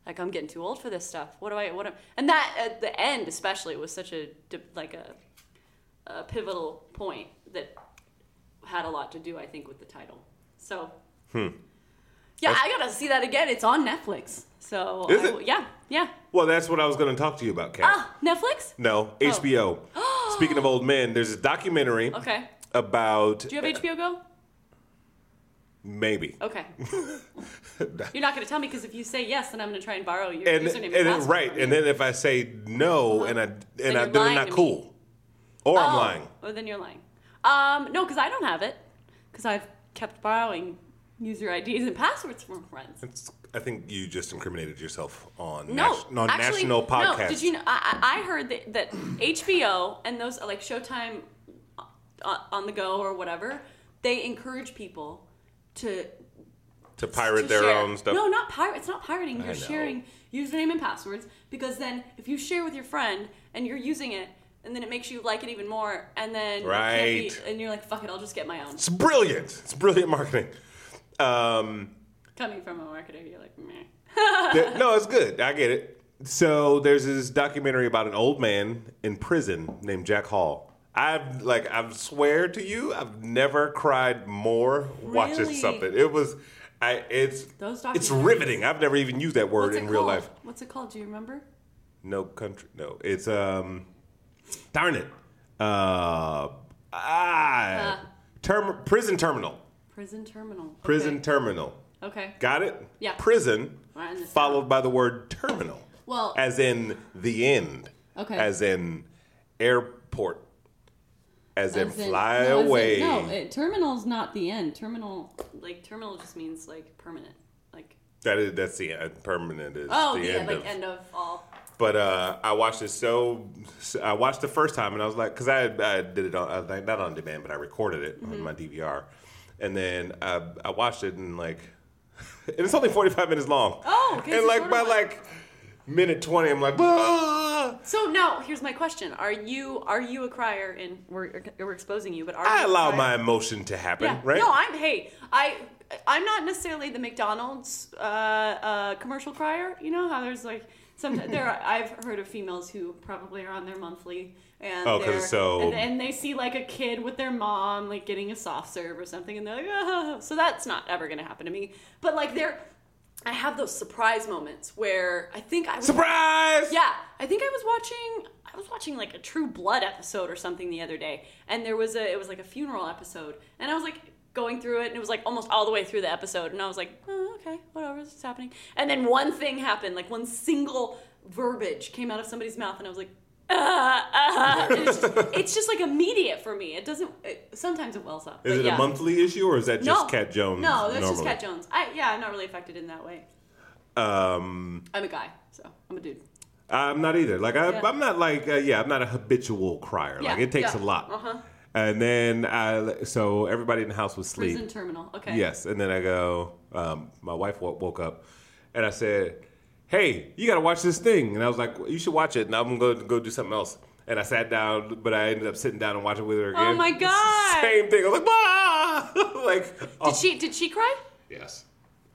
Speaker 2: like I'm getting too old for this stuff. What do I? What? Am, and that at the end, especially, was such a di- like a, a pivotal point that had a lot to do, I think, with the title. So,
Speaker 1: Hmm.
Speaker 2: yeah, I gotta see that again. It's on Netflix. So,
Speaker 1: Is
Speaker 2: I
Speaker 1: it? Oh.
Speaker 2: will- yeah, yeah.
Speaker 1: Well, that's what I was going to talk to you about, Kat.
Speaker 2: Ah, Oh. Netflix.
Speaker 1: No, HBO. Speaking of old men, there's a documentary
Speaker 2: Okay.
Speaker 1: about
Speaker 2: Do you have HBO Go?
Speaker 1: maybe.
Speaker 2: Okay. You're not gonna tell me because if you say yes, then I'm gonna try and borrow Oh. your
Speaker 1: and,
Speaker 2: username.
Speaker 1: and then,
Speaker 2: password
Speaker 1: right,
Speaker 2: from
Speaker 1: and
Speaker 2: you.
Speaker 1: then if I say no and I
Speaker 2: Then
Speaker 1: and I
Speaker 2: you're
Speaker 1: then
Speaker 2: lying
Speaker 1: I'm not
Speaker 2: to me.
Speaker 1: cool, or I'm
Speaker 2: Oh,
Speaker 1: lying.
Speaker 2: Oh, then you're lying. Um, no, because I don't have it. Because I've kept borrowing user IDs and passwords from friends.
Speaker 1: It's, I think you just incriminated yourself on
Speaker 2: No,
Speaker 1: nas- on
Speaker 2: actually,
Speaker 1: national podcast.
Speaker 2: No, did you know? I, I I heard that, that HBO and those like Showtime uh, on the go or whatever, they encourage people to
Speaker 1: to pirate
Speaker 2: to
Speaker 1: their
Speaker 2: share.
Speaker 1: own stuff?
Speaker 2: No, not pirate. It's not pirating. You're
Speaker 1: know.
Speaker 2: sharing username and passwords because then if you share with your friend and you're using it, and then it makes you like it even more, and then you can't be-
Speaker 1: Right.
Speaker 2: and you're like, fuck it, I'll just get my own.
Speaker 1: It's brilliant. It's brilliant marketing. Um,
Speaker 2: Coming from a marketer, you're like, meh.
Speaker 1: th- no, it's good. I get it. So there's this documentary about an old man in prison named Jack Hall. I've like I've swear to you, I've never cried more watching
Speaker 2: Really?
Speaker 1: something. It was, I it's
Speaker 2: Those
Speaker 1: it's
Speaker 2: documentaries-
Speaker 1: riveting. I've never even used that word
Speaker 2: What's
Speaker 1: in
Speaker 2: it
Speaker 1: real
Speaker 2: called?
Speaker 1: life.
Speaker 2: What's it called? Do you remember?
Speaker 1: No country. No, it's um, darn it, uh, ah,
Speaker 2: Uh.
Speaker 1: term prison terminal,
Speaker 2: Prison terminal.
Speaker 1: prison terminal.
Speaker 2: Okay. okay.
Speaker 1: Got it?
Speaker 2: Yeah.
Speaker 1: Prison
Speaker 2: Right in the
Speaker 1: followed by the word terminal.
Speaker 2: Well-
Speaker 1: as in the end.
Speaker 2: Okay.
Speaker 1: As in airport. As, in
Speaker 2: As in-
Speaker 1: fly
Speaker 2: no, as in-
Speaker 1: away.
Speaker 2: no, it, terminal's not the end. Terminal, like terminal, just means like permanent. Like
Speaker 1: that is that's the end. permanent is
Speaker 2: oh
Speaker 1: the
Speaker 2: yeah,
Speaker 1: end
Speaker 2: like
Speaker 1: of.
Speaker 2: end of all.
Speaker 1: But uh, I watched it so I watched the first time and I was like, because I, I did it on I think not on demand, but I recorded it
Speaker 2: Mm-hmm.
Speaker 1: on my DVR, and then I, I watched it and like, and it's only forty five minutes long.
Speaker 2: Oh, okay,
Speaker 1: and
Speaker 2: so
Speaker 1: like
Speaker 2: sort
Speaker 1: by
Speaker 2: of like-
Speaker 1: like minute twenty, I'm like, "Ah!"
Speaker 2: So now here's my question: Are you are you a crier? And we're we're exposing you, but are
Speaker 1: I
Speaker 2: you a
Speaker 1: allow
Speaker 2: crier?
Speaker 1: my emotion to happen,
Speaker 2: Yeah.
Speaker 1: right?
Speaker 2: No, I'm hey, I I'm not necessarily the McDonald's uh, uh, commercial crier. You know how there's like some there are, I've heard of females who probably are on their monthly and
Speaker 1: Oh, 'cause
Speaker 2: they're-
Speaker 1: it's so-
Speaker 2: and, and they see like a kid with their mom like getting a soft serve or something and they're like oh. so that's not ever gonna happen to me. But like there, I have those surprise moments where I think I was
Speaker 1: Surprise!
Speaker 2: yeah, I think I was watching I was watching like a True Blood episode or something the other day, and there was a it was like a funeral episode, and I was like going through it, and it was like almost all the way through the episode, and I was like, oh, okay, whatever, this is happening, and then one thing happened, like one single verbiage came out of somebody's mouth, and I was like. Uh, uh, and it's, just, it's just like immediate for me. It doesn't. It, sometimes it wells up.
Speaker 1: Is
Speaker 2: but
Speaker 1: it
Speaker 2: yeah.
Speaker 1: a monthly issue or is that just Cat Jones?
Speaker 2: No, that's just
Speaker 1: normally?
Speaker 2: Cat Jones. I yeah, I'm not really affected in that way.
Speaker 1: Um,
Speaker 2: I'm a guy, so I'm a dude.
Speaker 1: I'm not either. Like I,
Speaker 2: Yeah.
Speaker 1: I'm not like uh, yeah, I'm not a habitual crier. Like
Speaker 2: Yeah,
Speaker 1: it takes
Speaker 2: yeah.
Speaker 1: a lot.
Speaker 2: Uh-huh.
Speaker 1: And then I, so everybody in the house was asleep.
Speaker 2: Prison terminal. Okay.
Speaker 1: Yes, and then I go. Um, my wife wo- woke up, and I said, "Hey, you gotta watch this thing." And I was like, well, "You should watch it." And I'm gonna go, go do something else. And I sat down, but I ended up sitting down and watching with her
Speaker 2: Oh
Speaker 1: again.
Speaker 2: my God.
Speaker 1: Same thing. I was like, "Ah!" like, oh,
Speaker 2: Did she did she cry?
Speaker 1: yes.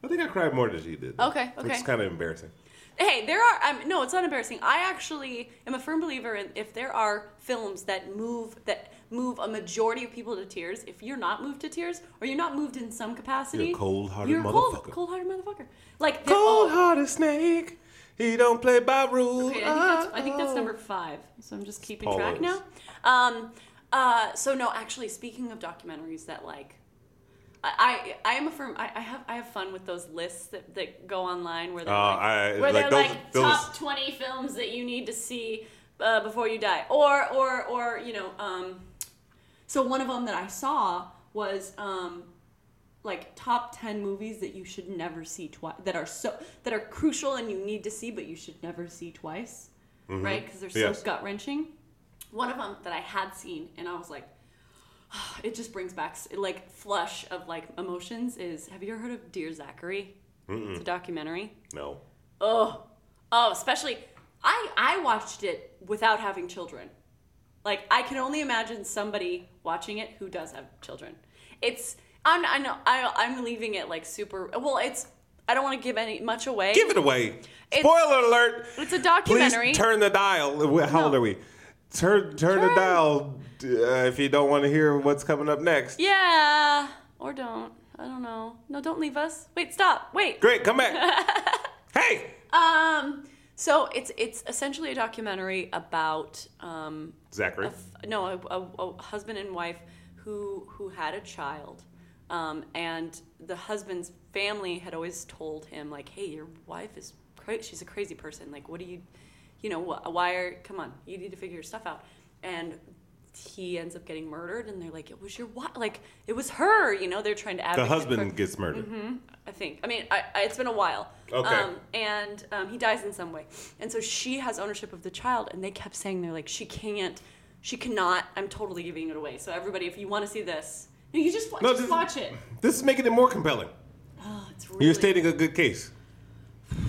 Speaker 1: I think I cried more than she did.
Speaker 2: Okay,
Speaker 1: Which is
Speaker 2: okay.
Speaker 1: kind of embarrassing.
Speaker 2: Hey, there are um, no, it's not embarrassing. I actually am a firm believer in if there are films that move that move a majority of people to tears, if you're not moved to tears or you're not moved in some capacity,
Speaker 1: You're a cold-hearted
Speaker 2: you're a
Speaker 1: motherfucker.
Speaker 2: Cold, cold-hearted motherfucker. Like they're all-
Speaker 1: Cold hearted snake. He don't play by rules.
Speaker 2: Okay, I think that's I think that's number five. So I'm just keeping track
Speaker 1: Always.
Speaker 2: now. Um, uh, so no, actually, speaking of documentaries that like, I I, I am a firm. I, I have I have fun with those lists that, that go online where they're
Speaker 1: Oh,
Speaker 2: like,
Speaker 1: I- like
Speaker 2: where they're
Speaker 1: those-
Speaker 2: like
Speaker 1: those-
Speaker 2: top twenty films that you need to see uh, before you die, or or or you know. Um, so one of them that I saw was um, like top 10 movies that you should never see twice that are so that are crucial and you need to see but you should never see twice right because they're so
Speaker 1: Yes.
Speaker 2: gut-wrenching one of them that i had seen and i was like it just brings back s- like flush of like emotions is have you ever heard of dear zachary it's a documentary
Speaker 1: No.
Speaker 2: oh oh especially i i watched it without having children like i can only imagine somebody watching it who does have children it's i'm i know I, i'm leaving it like super well it's I don't want to give any much away.
Speaker 1: Give it away.
Speaker 2: It's-
Speaker 1: Spoiler alert.
Speaker 2: It's a documentary.
Speaker 1: Please turn the dial. Wh- How old
Speaker 2: No.
Speaker 1: are we? Turn turn, the
Speaker 2: Turn.
Speaker 1: dial uh, if you don't want to hear what's coming up next.
Speaker 2: yeah, or don't. I don't know. No, don't leave us. Wait, stop. Wait.
Speaker 1: Great, come back. hey,
Speaker 2: Um. So it's it's essentially a documentary about um
Speaker 1: Zachary.
Speaker 2: f- no a, a, a husband and wife who who had a child um, and the husband's family had always told him like hey your wife is cra- she's a crazy person like what do you you know wh- why are come on you need to figure your stuff out and he ends up getting murdered and they're like it was your wife like it was her you know they're trying to
Speaker 1: The
Speaker 2: advocate
Speaker 1: husband
Speaker 2: for- Mm-hmm.
Speaker 1: gets murdered.
Speaker 2: I think. I mean, I, I, it's been a while.
Speaker 1: Okay.
Speaker 2: Um, and um, he dies in some way, and so she has ownership of the child, and they kept saying they're like, she can't, she cannot. I'm totally giving it away. So everybody, if you want to see this, no, you just wa-
Speaker 1: No,
Speaker 2: just
Speaker 1: this-
Speaker 2: watch it.
Speaker 1: This is making it more compelling.
Speaker 2: Oh, it's really.
Speaker 1: You're stating a good case.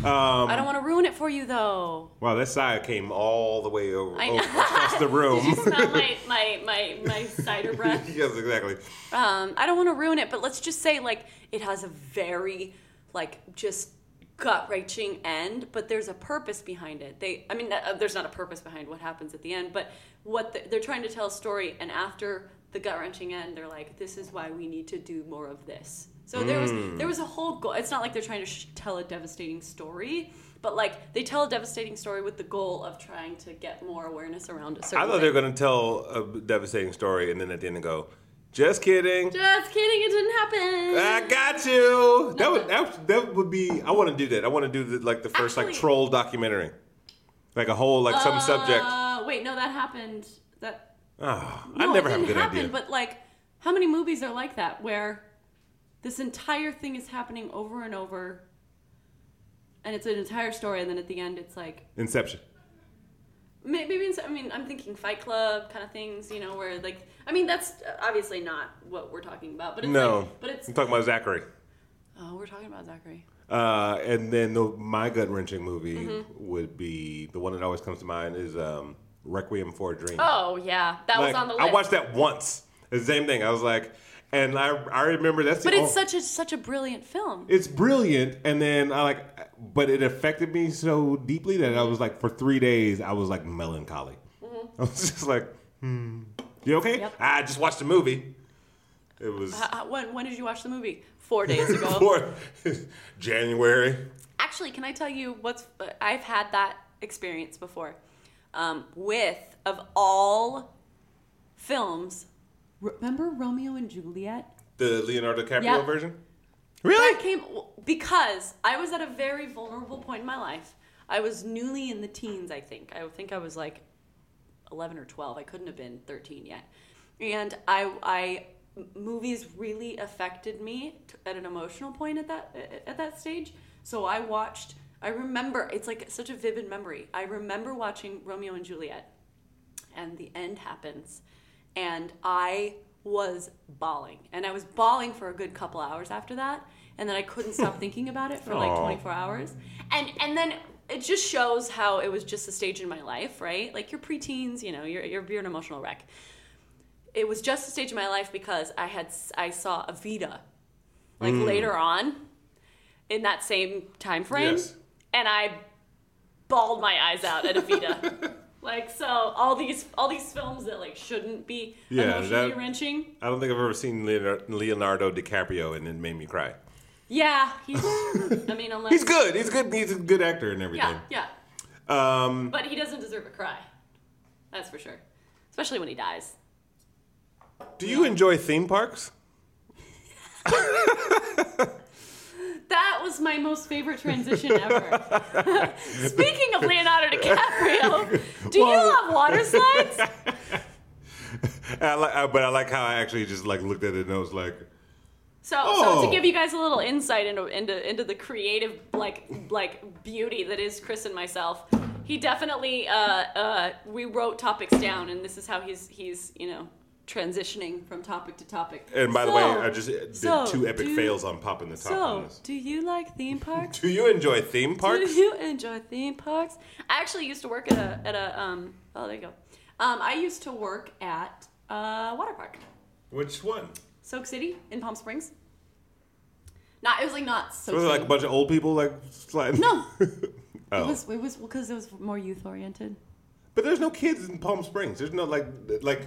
Speaker 1: Um,
Speaker 2: I don't want to ruin it for you though.
Speaker 1: Wow, that sigh came all the way over,
Speaker 2: I
Speaker 1: over
Speaker 2: know.
Speaker 1: across the room.
Speaker 2: Did you smell my my my, my cider breath?
Speaker 1: yes, exactly.
Speaker 2: um, I don't want to ruin it, but let's just say like it has a very like just gut wrenching end, but there's a purpose behind it. They, I mean, uh, there's not a purpose behind what happens at the end, but what the, they're trying to tell a story, and after the gut wrenching end, they're like, this is why we need to do more of this. So there was
Speaker 1: Hmm.
Speaker 2: there was a whole goal. It's not like they're trying to sh- tell a devastating story. But like they tell a devastating story with the goal of trying to get more awareness around a certain.
Speaker 1: I thought
Speaker 2: thing.
Speaker 1: they were going to tell a devastating story and then at the end go, just kidding.
Speaker 2: Just kidding! It didn't
Speaker 1: I
Speaker 2: happen.
Speaker 1: got you. That would that, that would be. I want to do that. I want to do the, like the first like
Speaker 2: Actually-
Speaker 1: troll documentary, like a whole like some subject.
Speaker 2: Uh, wait, no, that happened. That
Speaker 1: Ah,
Speaker 2: no,
Speaker 1: I never
Speaker 2: it
Speaker 1: have a
Speaker 2: didn't
Speaker 1: good
Speaker 2: happen.
Speaker 1: idea.
Speaker 2: But like, how many movies are like that where this entire thing is happening over and over, and it's an entire story, and then at the end, it's like
Speaker 1: Inception.
Speaker 2: may- maybe it's, I mean I'm thinking Fight Club kind of things, you know, where like I mean that's obviously not what we're talking about, but it's
Speaker 1: No,
Speaker 2: like, but it's
Speaker 1: I'm talking about Zachary.
Speaker 2: oh, we're talking about Zachary.
Speaker 1: Uh, and then the, my gut wrenching movie
Speaker 2: Mm-hmm.
Speaker 1: would be the one that always comes to mind is um, Requiem for a Dream.
Speaker 2: Oh yeah, that
Speaker 1: Like,
Speaker 2: was on the list.
Speaker 1: I watched that once. The same thing. I was like, and I I remember that's the
Speaker 2: but it's
Speaker 1: on-
Speaker 2: such a such a brilliant film.
Speaker 1: it's brilliant and then i like but it affected me so deeply that i was like for three days i was like melancholy i was just like hmm you okay
Speaker 2: Mm-hmm. Yep.
Speaker 1: i just watched a movie it was
Speaker 2: Uh, uh, when when did you watch the movie? Four days ago.
Speaker 1: for january
Speaker 2: Actually, can I tell you what's? I've had that experience before, um, with of all films. Remember Romeo and Juliet?
Speaker 1: the leonardo dicaprio
Speaker 2: Yeah.
Speaker 1: version
Speaker 2: That came because I was at a very vulnerable point in my life. I was newly in the teens, I think. I think I was like 11 or 12. I couldn't have been 13 yet. And I I m- movies really affected me t- at an emotional point at that at that stage. So I watched I remember it's like such a vivid memory. I remember watching Romeo and Juliet and the end happens and i was bawling and i was bawling for a good couple hours after that and then i couldn't stop thinking about it for like
Speaker 1: Aw.
Speaker 2: 24 hours and and then it just shows how it was just a stage in my life right like you're preteens you know you're, you're, you're an emotional wreck it was just a stage in my life because i had s- i saw avita like
Speaker 1: Mm.
Speaker 2: later on in that same time frame
Speaker 1: Yes.
Speaker 2: and i bawled my eyes out at Evita. like so, all these all these films that like shouldn't be
Speaker 1: Yeah,
Speaker 2: emotionally
Speaker 1: that-
Speaker 2: wrenching.
Speaker 1: i don't think i've ever seen leonardo, leonardo dicaprio and it made me cry
Speaker 2: Yeah, he's. I mean, unless
Speaker 1: he's good he's good he's a good actor and everything
Speaker 2: Yeah, yeah,
Speaker 1: um
Speaker 2: but he doesn't deserve a cry. That's for sure. Especially when he dies.
Speaker 1: do you enjoy theme parks
Speaker 2: That was my most favorite transition ever. Speaking of Leonardo DiCaprio, do you
Speaker 1: Well-
Speaker 2: love water slides?
Speaker 1: I like, I, but I like how I actually just like looked at it and I was like,
Speaker 2: So, so
Speaker 1: Oh.
Speaker 2: to give you guys a little insight into into into the creative like like beauty that is Chris and myself, he definitely uh, uh, we wrote topics down, and this is how he's he's you know transitioning from topic to topic.
Speaker 1: and by the
Speaker 2: So-
Speaker 1: way, I just did
Speaker 2: so
Speaker 1: two epic
Speaker 2: do-
Speaker 1: fails on popping the top on
Speaker 2: So,
Speaker 1: this.
Speaker 2: do you like theme parks?
Speaker 1: Do you enjoy theme
Speaker 2: do
Speaker 1: parks?
Speaker 2: you enjoy theme parks? I actually used to work at a at a um oh there you go, um I used to work at a water park.
Speaker 1: Which one?
Speaker 2: Soak City in Palm Springs. Not it was like not so.
Speaker 1: It was like a bunch of old people like sliding.
Speaker 2: No.
Speaker 1: Oh.
Speaker 2: It was it was because it was more youth oriented.
Speaker 1: but there's no kids in Palm Springs. There's no like like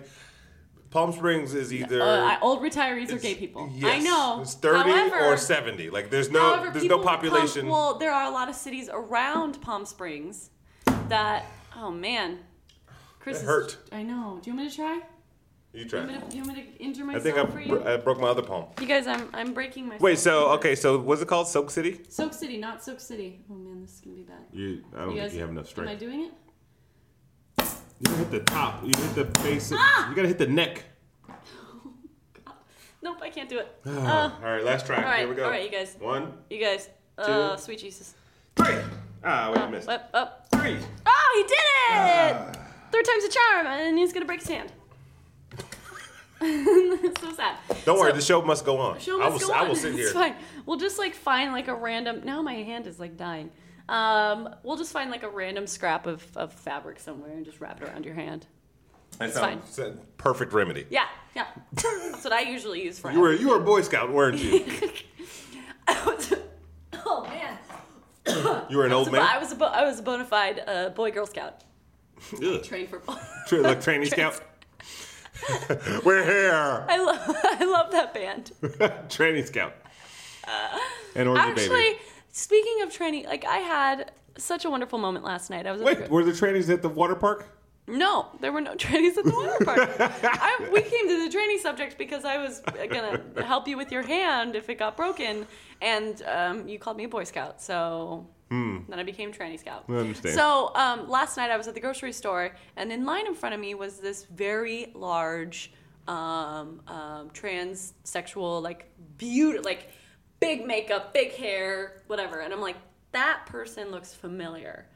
Speaker 1: Palm Springs is either
Speaker 2: Uh, old retirees are gay people. I
Speaker 1: Yes.
Speaker 2: know.
Speaker 1: It's 30
Speaker 2: however,
Speaker 1: or 70. Like there's no
Speaker 2: however,
Speaker 1: there's
Speaker 2: people
Speaker 1: no
Speaker 2: who come-
Speaker 1: population.
Speaker 2: well, there are a lot of cities around Palm Springs that. Oh man, Chris
Speaker 1: That
Speaker 2: is-
Speaker 1: hurt.
Speaker 2: I know. Do you want me to try?
Speaker 1: you
Speaker 2: Do
Speaker 1: try.
Speaker 2: you want me to, you want me to injure
Speaker 1: I
Speaker 2: myself
Speaker 1: think I,
Speaker 2: for you?
Speaker 1: br- I broke my other palm.
Speaker 2: you guys, I'm I'm breaking myself.
Speaker 1: Wait, so okay, so what's it called? Soak City?
Speaker 2: Soak City, not Soak City. Oh man, this is gonna be bad.
Speaker 1: You I don't
Speaker 2: You
Speaker 1: think
Speaker 2: guys,
Speaker 1: you have enough
Speaker 2: Am I
Speaker 1: strength.
Speaker 2: doing it?
Speaker 1: You hit the top. You hit the base. of-
Speaker 2: Ah!
Speaker 1: You gotta hit the neck.
Speaker 2: Nope, I can't do it.
Speaker 1: all right, last try.
Speaker 2: all right,
Speaker 1: Here we go.
Speaker 2: all right, you guys.
Speaker 1: One,
Speaker 2: You guys, uh,
Speaker 1: Two.
Speaker 2: sweet Jesus.
Speaker 1: three. Ah, wait, I missed.
Speaker 2: Up, up.
Speaker 1: Three. Ah.
Speaker 2: Oh, he did it!
Speaker 1: Uh-huh.
Speaker 2: Third time's a charm, and he's gonna break his hand. so sad.
Speaker 1: Don't worry,
Speaker 2: So-
Speaker 1: the show must go on.
Speaker 2: Show
Speaker 1: I
Speaker 2: must
Speaker 1: will,
Speaker 2: go
Speaker 1: I
Speaker 2: on.
Speaker 1: will sit here.
Speaker 2: It's fine. We'll just like find like a random. Now my hand is like dying. Um, we'll just find like a random scrap of, of fabric somewhere and just wrap it around your hand.
Speaker 1: That
Speaker 2: fine.
Speaker 1: sounds- s- Perfect remedy.
Speaker 2: Yeah, yeah. That's what I usually use for.
Speaker 1: You were you were a Boy Scout, weren't you?
Speaker 2: oh man.
Speaker 1: You were an
Speaker 2: I was
Speaker 1: old
Speaker 2: a bo-
Speaker 1: man.
Speaker 2: I was a bo- I was a bona fide uh, boy girl scout.
Speaker 1: Ugh.
Speaker 2: Trained for.
Speaker 1: Tra- like training
Speaker 2: Train-
Speaker 1: scout. we're here.
Speaker 2: I love I love that band.
Speaker 1: training scout. and Orange
Speaker 2: Uh, Actually,
Speaker 1: Baby.
Speaker 2: speaking of training, like I had such a wonderful moment last night. I was at the
Speaker 1: Wait, were the trainees at the water park?
Speaker 2: No, there were no trainees at the water park. I, we came to the training subject because I was uh, gonna help you with your hand if it got broken, and um, you called me a Boy Scout, so then I became trainee scout.
Speaker 1: I understand.
Speaker 2: So um, last night I was at the grocery store, and in line in front of me was this very large um, um, transsexual, like beautiful, like big makeup, big hair, whatever, and I'm like, that person looks familiar.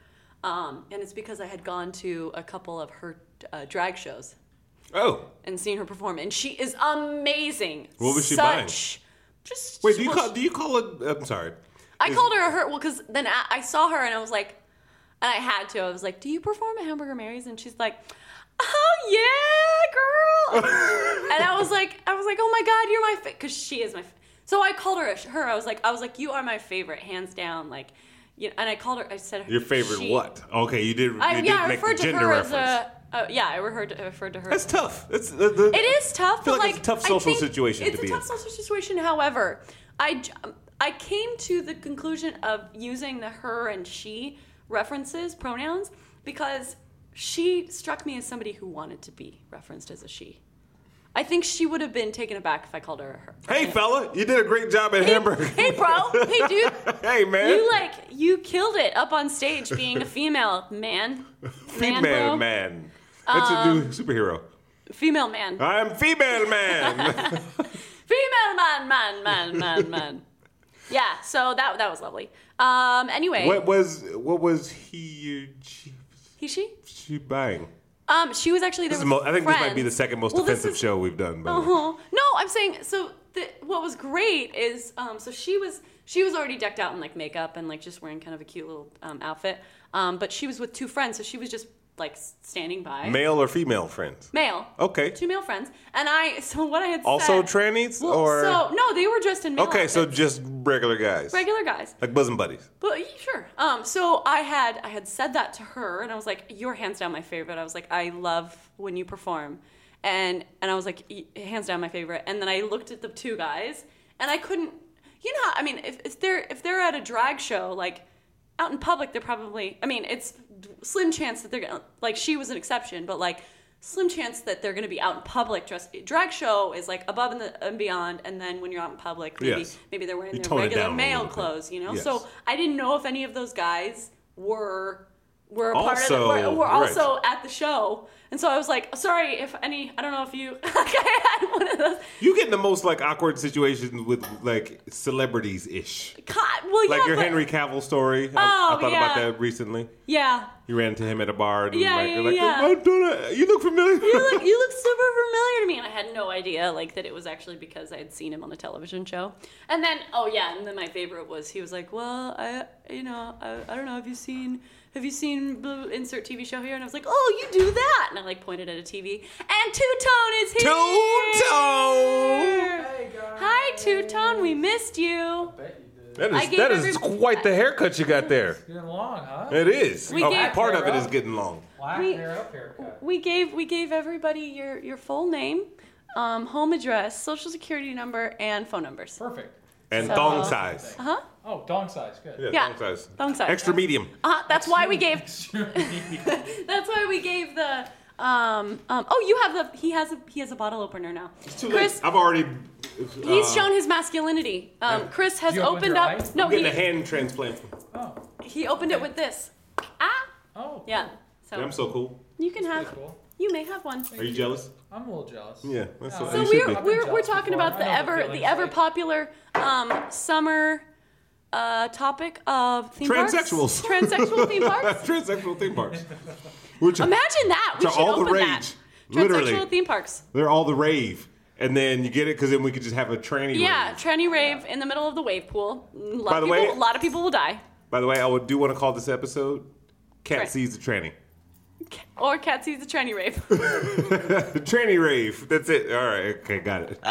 Speaker 2: Um, and it's because I had gone to a couple of her uh, drag shows
Speaker 1: Oh,
Speaker 2: and seen her perform, and she is amazing.
Speaker 1: What was she buying?
Speaker 2: Such, Just
Speaker 1: wait. Do you
Speaker 2: well,
Speaker 1: call? Do you call it? I'm sorry.
Speaker 2: I called her a her. Well, because then I, I saw her and I was like, and I had to. I was like, "Do you perform at Hamburger Mary's?" And she's like, "Oh yeah, girl." and I was like, I was like, "Oh my God, you're my favorite," because she is my. Fa- so I called her a- her. I was like, I was like, "You are my favorite, hands down." Like, you know, and I called her. I said,
Speaker 1: Your favorite
Speaker 2: she-
Speaker 1: what? Okay, you did.
Speaker 2: I,
Speaker 1: you
Speaker 2: yeah,
Speaker 1: did
Speaker 2: I
Speaker 1: make the
Speaker 2: referred to
Speaker 1: gender
Speaker 2: her
Speaker 1: reference.
Speaker 2: as a. Uh, yeah, I referred to, referred to her.
Speaker 1: That's tough. That's the, the,
Speaker 2: It is tough,
Speaker 1: feel
Speaker 2: but
Speaker 1: like
Speaker 2: like,
Speaker 1: it's a tough
Speaker 2: I
Speaker 1: social
Speaker 2: think
Speaker 1: situation
Speaker 2: It's
Speaker 1: to
Speaker 2: a
Speaker 1: be
Speaker 2: tough
Speaker 1: in.
Speaker 2: social situation. However, I j- I came to the conclusion of using the her and she references pronouns because she struck me as somebody who wanted to be referenced as a she. I think she would have been taken aback if I called her a her.
Speaker 1: Hey, fella, you did a great job at Hamburg.
Speaker 2: Hey, bro. Hey, dude.
Speaker 1: hey, man.
Speaker 2: You like you killed it up on stage being a female man.
Speaker 1: female
Speaker 2: bro. Um,
Speaker 1: man. That's a new superhero.
Speaker 2: Female man.
Speaker 1: I'm female man.
Speaker 2: Female man, man, man, man, man. yeah, so that that was lovely. Um, anyway,
Speaker 1: what was what was he or she,
Speaker 2: he she?
Speaker 1: she buying?
Speaker 2: Um, she was actually there.
Speaker 1: This is mo-
Speaker 2: with
Speaker 1: I think this might be the
Speaker 2: friends.
Speaker 1: second most
Speaker 2: Well, this
Speaker 1: offensive
Speaker 2: is-
Speaker 1: show we've done. By the way.
Speaker 2: Uh-huh. No, I'm saying so. The, what was great is um, so she was she was already decked out in like makeup and like just wearing kind of a cute little um, outfit. Um, but she was with two friends, so she was just like standing by.
Speaker 1: Male or female friends?
Speaker 2: Male.
Speaker 1: Okay.
Speaker 2: Two male friends, and I. So what I had
Speaker 1: Also
Speaker 2: said,
Speaker 1: trannies
Speaker 2: Well,
Speaker 1: or
Speaker 2: so no, they were dressed in male.
Speaker 1: okay, so
Speaker 2: outfits.
Speaker 1: just regular guys,
Speaker 2: regular guys.
Speaker 1: like bosom buddies.
Speaker 2: Well, yeah, sure. Um, so I had I had said that to her, and I was like, "You're hands down my favorite." I was like, "I love when you perform," and and I was like, "Y- "Hands down my favorite." And then I looked at the two guys, and I couldn't. You know, how- I mean, if, if they're if they're at a drag show, like out in public, they're probably. I mean, it's slim chance that they're gonna like. She was an exception, but like slim chance that they're gonna be out in public. Dress drag show is like above and, the, and beyond, and then when you're out in public, maybe
Speaker 1: Yes.
Speaker 2: maybe they're wearing
Speaker 1: You
Speaker 2: their
Speaker 1: tone it
Speaker 2: regular
Speaker 1: down a
Speaker 2: male
Speaker 1: little bit.
Speaker 2: clothes, you know.
Speaker 1: Yes.
Speaker 2: So I didn't know if any of those guys were were a part
Speaker 1: Also-
Speaker 2: of the, were, were
Speaker 1: right.
Speaker 2: also at the show, and so I was like, sorry if any, I don't know if you. I had one of those.
Speaker 1: You get in the most like awkward situations with like celebrities ish,
Speaker 2: God, well,
Speaker 1: like
Speaker 2: yeah,
Speaker 1: your
Speaker 2: but-
Speaker 1: Henry Cavill story. I,
Speaker 2: Oh,
Speaker 1: I thought about
Speaker 2: yeah.
Speaker 1: that recently.
Speaker 2: Yeah,
Speaker 1: You ran into him at a bar and
Speaker 2: Yeah,
Speaker 1: like,
Speaker 2: yeah,
Speaker 1: you're like
Speaker 2: yeah.
Speaker 1: "Oh, Donna, you look familiar.
Speaker 2: you look you look super familiar to me, and I had no idea like that it was actually because I had seen him on a television show. And then oh yeah, and then my favorite was he was like, well, I you know I, I don't know have you seen have you seen blue insert TV show here? And I was like, oh, you do that, and I like pointed at a TV, and Two Tone is here.
Speaker 1: Two Tone.
Speaker 2: Hi, Two Tone. We missed missed you.
Speaker 3: bet you did.
Speaker 1: That
Speaker 2: I
Speaker 1: is
Speaker 2: gave
Speaker 1: that is
Speaker 2: every-
Speaker 1: quite the haircut you got there.
Speaker 3: You're long, huh?
Speaker 1: It is.
Speaker 2: We
Speaker 1: A
Speaker 2: gave-
Speaker 1: part of it is getting long.
Speaker 3: Black
Speaker 2: We-
Speaker 3: hair up haircut.
Speaker 2: We gave we gave everybody your your full name, um, home address, social security number, and phone numbers.
Speaker 3: Perfect.
Speaker 1: And
Speaker 2: So-
Speaker 1: thong size.
Speaker 2: Uh huh.
Speaker 3: Oh, dong size. Good.
Speaker 2: Yeah,
Speaker 1: Thong size.
Speaker 2: thong size.
Speaker 1: Extra medium.
Speaker 2: Uh huh. That's why we gave.
Speaker 3: gave.
Speaker 2: That's why we gave the. Um, um, oh, you have the. He has a. He has a bottle opener now.
Speaker 1: It's too
Speaker 2: Chris,
Speaker 1: late. I've already.
Speaker 2: He's
Speaker 1: uh,
Speaker 2: shown his masculinity. Um, Chris has
Speaker 3: you open
Speaker 2: opened
Speaker 3: your
Speaker 2: up.
Speaker 3: eyes?
Speaker 2: No,
Speaker 1: I'm getting a
Speaker 2: he,
Speaker 1: hand transplant.
Speaker 3: oh.
Speaker 2: he opened it with this. Ah,
Speaker 3: Oh.
Speaker 2: yeah. So
Speaker 1: I'm so cool.
Speaker 2: you can
Speaker 3: Pretty
Speaker 2: have.
Speaker 3: cool.
Speaker 2: You may have one.
Speaker 1: Are you jealous?
Speaker 3: I'm a little jealous.
Speaker 1: Yeah, that's
Speaker 3: No.
Speaker 1: what
Speaker 2: So
Speaker 1: you
Speaker 2: we're
Speaker 1: should be.
Speaker 3: I've been
Speaker 2: we're, we're
Speaker 3: jealous
Speaker 2: talking
Speaker 3: before.
Speaker 2: about the
Speaker 3: I know the
Speaker 2: ever the
Speaker 3: feeling's
Speaker 2: ever
Speaker 3: like-
Speaker 2: popular um, summer uh, topic of theme
Speaker 1: Transsexuals.
Speaker 2: parks. Transsexual theme parks.
Speaker 1: Transsexual theme parks. Which
Speaker 2: Imagine that. We
Speaker 1: They're
Speaker 2: should
Speaker 1: all the
Speaker 2: open that.
Speaker 1: rage. Literally.
Speaker 2: Transsexual theme parks.
Speaker 1: they're all the rave, and then you get it because then we could just have a tranny.
Speaker 2: Yeah,
Speaker 1: rave.
Speaker 2: tranny rave in the middle of the wave pool. A lot
Speaker 1: By
Speaker 2: of
Speaker 1: the
Speaker 2: people,
Speaker 1: way-
Speaker 2: a lot of people will die.
Speaker 1: By the way, I would do want to call this episode "Cat
Speaker 2: Right.
Speaker 1: Sees the Tranny."
Speaker 2: Or cat sees the tranny rave.
Speaker 1: tranny rave. That's it. All right. Okay, got it.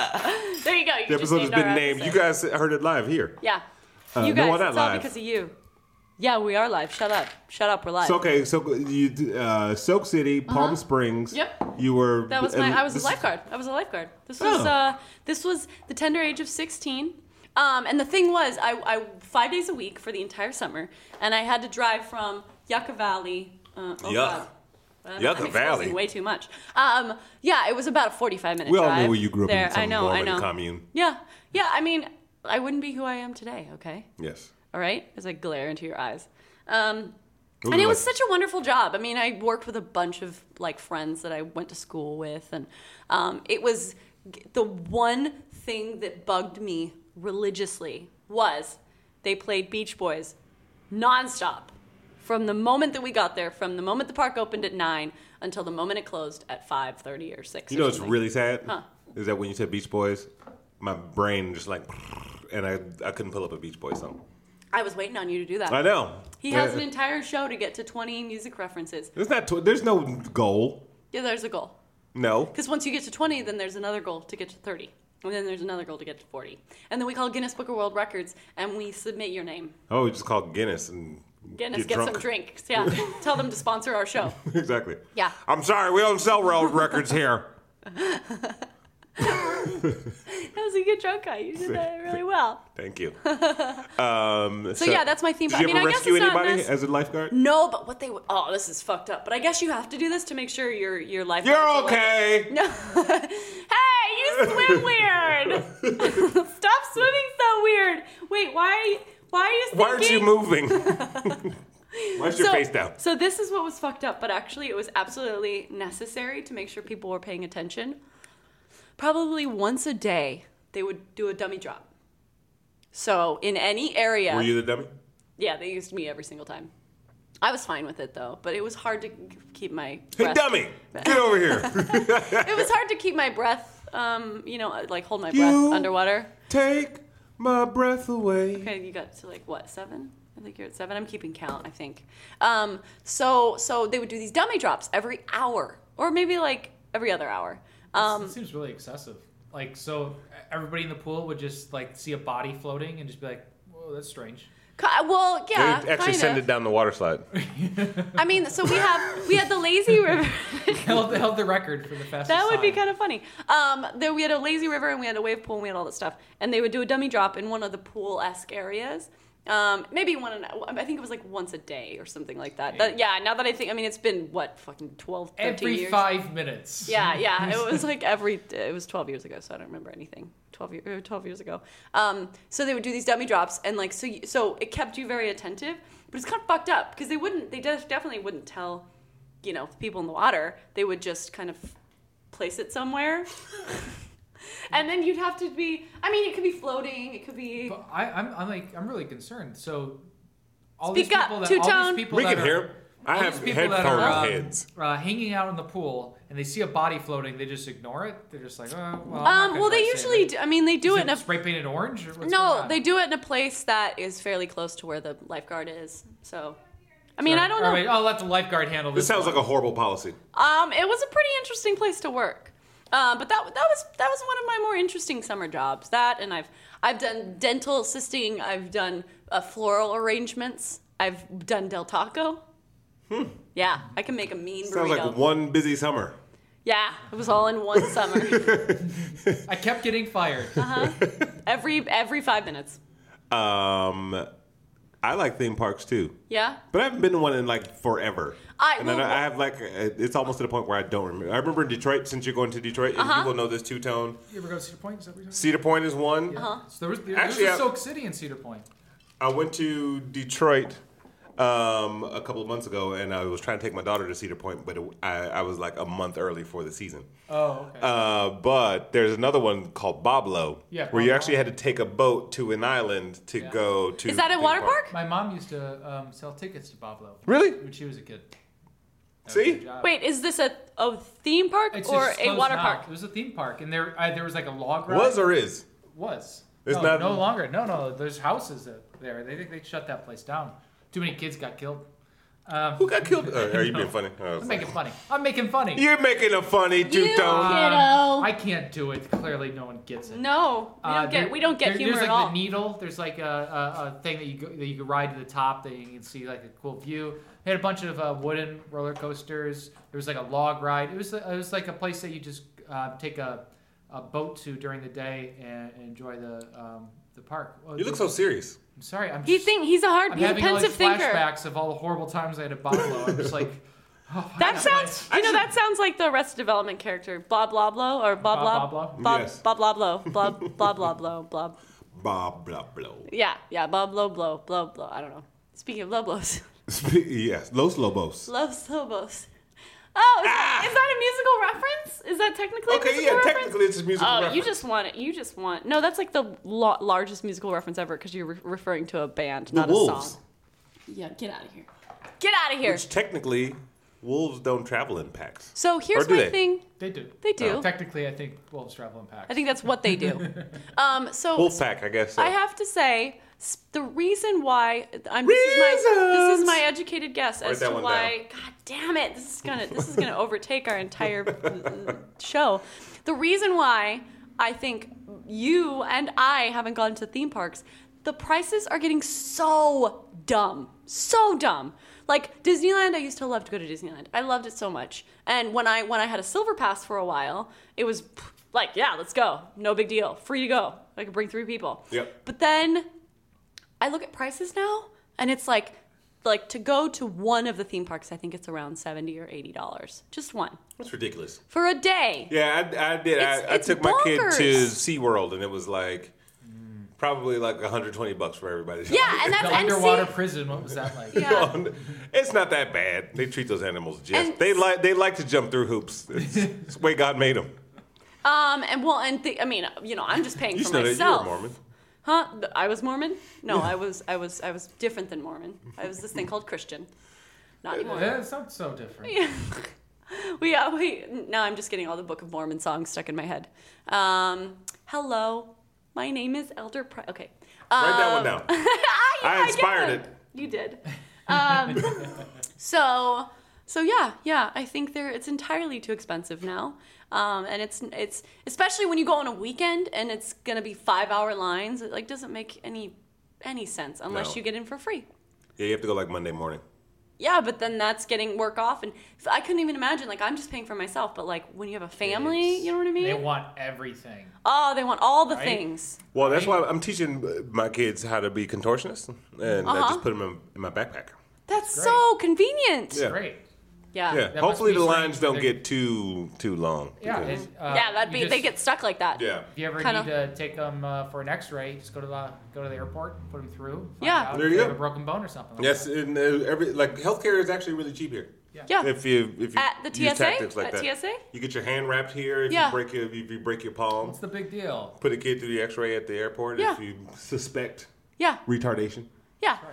Speaker 2: there you go. You
Speaker 1: The
Speaker 2: Uh, just
Speaker 1: episode has
Speaker 2: named
Speaker 1: been
Speaker 2: our
Speaker 1: named. You
Speaker 2: episode.
Speaker 1: guys heard it live here.
Speaker 2: Yeah.
Speaker 1: Uh,
Speaker 2: you
Speaker 1: no,
Speaker 2: guys,
Speaker 1: we're not
Speaker 2: it's all
Speaker 1: live.
Speaker 2: because of you. Yeah, we are live. Shut up. Shut up. We're live.
Speaker 1: So okay, so you uh, Soak City, Palm Springs.
Speaker 2: Uh-huh. Yep.
Speaker 1: You were.
Speaker 2: that was my. I was a
Speaker 1: this-
Speaker 2: lifeguard. I was a lifeguard. This was
Speaker 1: Oh.
Speaker 2: uh, this was the tender age of sixteen. Um, and the thing was, I, I five days a week for the entire summer, and I had to drive from Yucca Valley. Uh, oh
Speaker 1: Yuck.
Speaker 2: God. I don't know,
Speaker 1: Yucca
Speaker 2: I'm exposing
Speaker 1: Valley.
Speaker 2: Way too much. Um, yeah, it was about a forty-five minute.
Speaker 1: We all
Speaker 2: drive
Speaker 1: know where you grew up
Speaker 2: there.
Speaker 1: in some
Speaker 2: I know. I
Speaker 1: Mormon
Speaker 2: know.
Speaker 1: commune.
Speaker 2: Yeah, yeah. I mean, I wouldn't be who I am today. Okay.
Speaker 1: Yes.
Speaker 2: all right as i glare into your eyes um,
Speaker 1: Those
Speaker 2: and
Speaker 1: are
Speaker 2: it was
Speaker 1: like-
Speaker 2: such a wonderful job i mean i worked with a bunch of like friends that i went to school with and um, it was g- the one thing that bugged me religiously was they played beach boys nonstop from the moment that we got there from the moment the park opened at 9 until the moment it closed at 5.30 or 6
Speaker 1: You
Speaker 2: or
Speaker 1: know what's
Speaker 2: something.
Speaker 1: really sad
Speaker 2: Huh.
Speaker 1: is that when you said Beach Boys, my brain just like, and I I couldn't pull up a Beach Boys song.
Speaker 2: i was waiting on you to do that
Speaker 1: I know.
Speaker 2: he has
Speaker 1: Uh,
Speaker 2: an entire show to get to 20 music references
Speaker 1: There's not. Tw- there's no goal.
Speaker 2: yeah there's a goal
Speaker 1: No.
Speaker 2: Because once you get to 20, then there's another goal to get to 30. And then there's another goal to get to 40. And then we call Guinness Book of World Records and we submit your name.
Speaker 1: Oh, we just call Guinness and
Speaker 2: Guinness,
Speaker 1: get
Speaker 2: get,
Speaker 1: drunk.
Speaker 2: some drinks. Yeah. Tell them to sponsor our show.
Speaker 1: exactly.
Speaker 2: Yeah.
Speaker 1: I'm sorry, we don't sell road records here.
Speaker 2: That was a good joke, guy. You did that really well.
Speaker 1: Thank you. Um,
Speaker 2: So, yeah, that's my theme.
Speaker 1: Did
Speaker 2: park.
Speaker 1: you
Speaker 2: I mean,
Speaker 1: ever
Speaker 2: I guess
Speaker 1: rescue
Speaker 2: it's not
Speaker 1: anybody
Speaker 2: necess-
Speaker 1: as a lifeguard?
Speaker 2: No, but what they would. Oh, this is fucked up. But I guess you have to do this to make sure your your life.
Speaker 1: You're okay.
Speaker 2: No. hey, you swim weird. Stop swimming so weird. Wait, why are you? Why are you? Thinking?
Speaker 1: Why aren't you moving? Why's your
Speaker 2: so,
Speaker 1: face down?
Speaker 2: So this is what was fucked up, but actually it was absolutely necessary to make sure people were paying attention. Probably once a day, they would do a dummy drop. So in any area,
Speaker 1: Were you the dummy?
Speaker 2: yeah, they used me every single time. I was fine with it though, but it was hard to k- keep my
Speaker 1: Hey,
Speaker 2: breath.
Speaker 1: dummy, get over here.
Speaker 2: It was hard to keep my breath, um, you know, like hold my
Speaker 1: You-
Speaker 2: breath underwater.
Speaker 1: Take my breath away.
Speaker 2: Okay, you got to like what seven? I think you're at seven. I'm keeping count. I think. Um, so so they would do these dummy drops every hour, or maybe like every other hour.
Speaker 3: This
Speaker 2: Um,
Speaker 3: seems really excessive. Like, so e-, everybody in the pool would just like see a body floating and just be like, "Whoa, that's strange."
Speaker 2: ki- well,
Speaker 1: They
Speaker 2: yeah,
Speaker 1: would actually
Speaker 2: kind
Speaker 1: send
Speaker 2: of.
Speaker 1: it down the water slide.
Speaker 2: I mean, so we have we had the lazy river.
Speaker 3: held, held the record for the fastest.
Speaker 2: that would be
Speaker 3: time.
Speaker 2: kind of funny. Um, then we had a lazy river and we had a wave pool and we had all that stuff, and they would do a dummy drop in one of the pool esque areas. Um, maybe one. an- I think it was like once a day or something like that. That- yeah. Now that I think, I mean, it's been what fucking 12, 13
Speaker 3: every
Speaker 2: years.
Speaker 3: five minutes.
Speaker 2: Yeah, yeah. It was like every. It was 12 years ago, so I don't remember anything. 12 year, uh, 12 years ago. Um, so they would do these dummy drops, and like so, you, so it kept you very attentive. But it's kind of fucked up because they wouldn't. They def- definitely wouldn't tell, you know, the people in the water. They would just kind of place it somewhere. And then you'd have to be. I mean, it could be floating. It could be.
Speaker 3: But I, I'm, I'm like, I'm really concerned. So, all
Speaker 2: Speak
Speaker 3: these
Speaker 2: up,
Speaker 3: people that, all
Speaker 2: two-tone.
Speaker 3: these people
Speaker 1: We
Speaker 3: that
Speaker 1: can
Speaker 3: are,
Speaker 1: hear 'em. I
Speaker 3: all
Speaker 1: have
Speaker 3: these people that
Speaker 1: headphone
Speaker 3: are, um,
Speaker 1: heads.
Speaker 3: Uh, hanging out in the pool, and they see a body floating. They just ignore it. They're just like, "Oh, well." I'm not
Speaker 2: Um.
Speaker 3: gonna
Speaker 2: Well,
Speaker 3: try
Speaker 2: they
Speaker 3: to save
Speaker 2: usually.
Speaker 3: it."
Speaker 2: Do, I mean, they do
Speaker 3: Is
Speaker 2: it in a
Speaker 3: spray painted orange. Or what's going
Speaker 2: No,
Speaker 3: on?
Speaker 2: they do it in a place that is fairly close to where the lifeguard is. So, I mean, I don't
Speaker 3: All
Speaker 2: know.
Speaker 3: right, I'll let the lifeguard handle this.
Speaker 1: This sounds
Speaker 3: one.
Speaker 1: like a horrible policy.
Speaker 2: Um, it was a pretty interesting place to work. Um, but that that was that was one of my more interesting summer jobs. That and I've I've done dental assisting. I've done uh, floral arrangements. I've done del taco. Yeah, I can make a mean burrito.
Speaker 1: Hmm. Sounds like one busy summer.
Speaker 2: yeah, it was all in one summer.
Speaker 3: I kept getting fired.
Speaker 2: Uh-huh. every every five minutes.
Speaker 1: Um, I like theme parks too,
Speaker 2: Yeah.
Speaker 1: but I haven't been to one in like forever.
Speaker 2: I-
Speaker 1: and then
Speaker 2: well,
Speaker 1: I have like uh, it's almost to the point where I don't remember. I remember in Detroit since you're going to Detroit, and
Speaker 3: Uh-huh.
Speaker 1: you will know this two tone.
Speaker 3: You ever go to Cedar Point? Is that what you're talking
Speaker 1: Cedar Point is one.
Speaker 3: about?
Speaker 2: Uh-huh.
Speaker 3: So there was, there
Speaker 1: Actually,
Speaker 3: was
Speaker 1: I-
Speaker 3: a Silk City in Cedar Point.
Speaker 1: I went to Detroit um, a couple of months ago, and I was trying to take my daughter to Cedar Point, but it, I, I was like a month early for the season.
Speaker 3: Oh, okay.
Speaker 1: Uh, but there's another one called Boblo,
Speaker 3: Yeah,
Speaker 1: where you
Speaker 3: Boblo.
Speaker 1: actually had to take a boat to an island to
Speaker 3: Yeah.
Speaker 1: go to.
Speaker 2: Is that a
Speaker 1: theme
Speaker 2: water park?
Speaker 3: My mom used to um, sell tickets to Pablo
Speaker 1: Really?
Speaker 3: when she was a kid. That was
Speaker 1: See?
Speaker 3: her job.
Speaker 2: Wait, is this a, a theme park
Speaker 3: It's
Speaker 2: or
Speaker 3: just
Speaker 2: a
Speaker 3: closed
Speaker 2: water
Speaker 3: now.
Speaker 2: park?
Speaker 3: It was a theme park, and there I, there was like a log ride.
Speaker 1: Was or is?
Speaker 3: was.
Speaker 1: It's
Speaker 3: no,
Speaker 1: not-
Speaker 3: no longer. No, no. There's houses up there. They think they shut that place down. Too many kids got killed. Um,
Speaker 1: Who got killed? Oh, are you being funny? I was
Speaker 3: I'm
Speaker 1: like-
Speaker 3: making funny. I'm making funny.
Speaker 1: You're making a funny two tone.
Speaker 3: Um, I can't do it. Clearly, no one gets it.
Speaker 2: No, we
Speaker 3: Uh,
Speaker 2: don't get
Speaker 3: there-
Speaker 2: we don't get
Speaker 3: there-
Speaker 2: humor
Speaker 3: there's like
Speaker 2: at all.
Speaker 3: the needle. There's like a, a, a thing that you go, that you can ride to the top that you can see like a cool view. They had a bunch of uh, wooden roller coasters. There was like a log ride. It was it was like a place that you just uh, take a, a boat to during the day and, and enjoy the um, the park. Oh,
Speaker 1: You look so serious.
Speaker 3: I'm sorry. I'm
Speaker 2: he
Speaker 3: just,
Speaker 2: think he's a hard
Speaker 3: I'm
Speaker 2: he's a
Speaker 3: having all these
Speaker 2: pensive thinker.
Speaker 3: flashbacks of all the horrible times I had at Buffalo. I'm just like. Oh,
Speaker 2: That sounds you know that sounds like the Arrested Development character blah blah blah or blah blah
Speaker 3: Bob Bloblo?
Speaker 2: blah
Speaker 1: Yes.
Speaker 2: blah blah blah blah blah blah blah blah.
Speaker 1: Bob, blah, blow.
Speaker 2: Yeah, yeah, blah blah blah blah blah. I don't know. Speaking of lobos,
Speaker 1: yes, Los Lobos.
Speaker 2: love lobos. Oh, is, that, is that a musical reference? Is that technically a
Speaker 1: Ah! Okay,
Speaker 2: musical
Speaker 1: yeah,
Speaker 2: reference?
Speaker 1: technically it's a musical
Speaker 3: Uh,
Speaker 2: Oh,
Speaker 1: reference.
Speaker 2: you just want it. You just want. No, that's like the lo- largest musical reference ever because you're re- referring to a band,
Speaker 1: the
Speaker 2: not a
Speaker 1: wolves,
Speaker 2: song. Yeah, get out of here. Get out of here.
Speaker 1: which technically wolves don't travel in packs.
Speaker 2: so here's
Speaker 1: or do
Speaker 2: my
Speaker 1: they?
Speaker 2: thing.
Speaker 3: They do. Uh,
Speaker 2: They do.
Speaker 3: Technically, I think wolves travel in packs.
Speaker 2: I think that's what they do. um, so
Speaker 1: Wolf pack, I guess. so.
Speaker 2: I have to say s- the reason why I'm this is, my, this is my educated guess as
Speaker 1: that
Speaker 2: to
Speaker 1: one
Speaker 2: why. God damn it! This is gonna this is gonna overtake our entire uh, show. The reason why I think you and I haven't gone to theme parks. The prices are getting so dumb, so dumb. Like Disneyland, I used to love to go to Disneyland. I loved it so much. And when I when I had a silver pass for a while, it was pff, like, yeah, let's go. No big deal. Free to go. I could bring three people.
Speaker 1: Yep.
Speaker 2: But then I look at prices now, and it's like, like to go to one of the theme parks, I think it's around seventy or eighty dollars, just one
Speaker 1: That's ridiculous.
Speaker 2: for a day.
Speaker 1: Yeah, I, I did.
Speaker 2: It's-
Speaker 1: I, I
Speaker 2: it's
Speaker 1: took my kid to
Speaker 2: bonkers.
Speaker 1: SeaWorld, and it was like probably like 120 bucks for everybody.
Speaker 2: Yeah, and that's
Speaker 3: the
Speaker 2: and
Speaker 3: underwater
Speaker 2: see-
Speaker 3: prison. What was that like?
Speaker 2: yeah.
Speaker 1: It's not that bad. They treat those animals just.
Speaker 2: And-
Speaker 1: They like they like to jump through hoops. It's, it's the way God made them.
Speaker 2: Um, and well, and the, I mean, you know, I'm just paying
Speaker 1: You
Speaker 2: for
Speaker 1: should know that
Speaker 2: myself.
Speaker 1: you're a Mormon.
Speaker 2: Huh? Th- I was Mormon? No, I was, I was, I was different than Mormon. I was this thing called Christian, not anymore.
Speaker 3: Yeah, it's not so different.
Speaker 2: we, uh, we now I'm just getting all the Book of Mormon songs stuck in my head. Um, hello, my name is Elder. Pri- okay, um,
Speaker 1: Write that one down. I
Speaker 2: Ah, did
Speaker 1: inspired
Speaker 2: it.
Speaker 1: it.
Speaker 2: You did. Um, so so yeah yeah I think they're it's entirely too expensive now, um, and it's it's especially when you go on a weekend and it's gonna be five hour lines. It like doesn't make any any sense unless
Speaker 1: No.
Speaker 2: you get in for free.
Speaker 1: Yeah, you have to go like Monday morning.
Speaker 2: Yeah, but then that's getting work off, and so I couldn't even imagine. Like I'm just paying for myself, but like when you have a family, you know what I mean?
Speaker 3: They want everything.
Speaker 2: oh, they want all the
Speaker 3: Right?
Speaker 2: things.
Speaker 1: Well, that's why I'm teaching uh, my kids how to be contortionists, and I
Speaker 2: Uh-huh.
Speaker 1: just put them in, in my backpack.
Speaker 2: That's
Speaker 3: Great.
Speaker 2: so convenient.
Speaker 1: Yeah.
Speaker 3: Great.
Speaker 2: Yeah.
Speaker 1: Yeah.
Speaker 2: Yeah.
Speaker 3: must
Speaker 1: Hopefully
Speaker 3: be
Speaker 1: the
Speaker 3: strange
Speaker 1: lines
Speaker 3: for
Speaker 1: don't
Speaker 3: their-
Speaker 1: get too too long.
Speaker 3: Yeah.
Speaker 1: because-
Speaker 3: and, uh,
Speaker 2: that'd
Speaker 3: you
Speaker 2: be. they
Speaker 3: just-
Speaker 2: get stuck like that.
Speaker 1: yeah.
Speaker 3: If you ever
Speaker 2: kinda-
Speaker 3: need to take them uh, for an X-ray, just go to the go to the airport, put them through. find
Speaker 2: Yeah.
Speaker 3: out
Speaker 1: There
Speaker 3: if
Speaker 1: you
Speaker 3: they
Speaker 1: go.
Speaker 3: Have a broken bone or something. like
Speaker 1: Yes, and uh, every like healthcare is actually really cheap here.
Speaker 2: Yeah.
Speaker 1: If you if you
Speaker 2: At the
Speaker 1: use
Speaker 2: TSA?
Speaker 1: tactics like
Speaker 2: At
Speaker 1: that,
Speaker 2: TSA?
Speaker 1: you get your hand wrapped here. If
Speaker 2: Yeah.
Speaker 1: you break your if you break your palm,
Speaker 3: What's the big deal?
Speaker 1: put a kid through the X-ray at the airport
Speaker 2: Yeah.
Speaker 1: if you suspect
Speaker 2: Yeah.
Speaker 1: retardation.
Speaker 2: Yeah.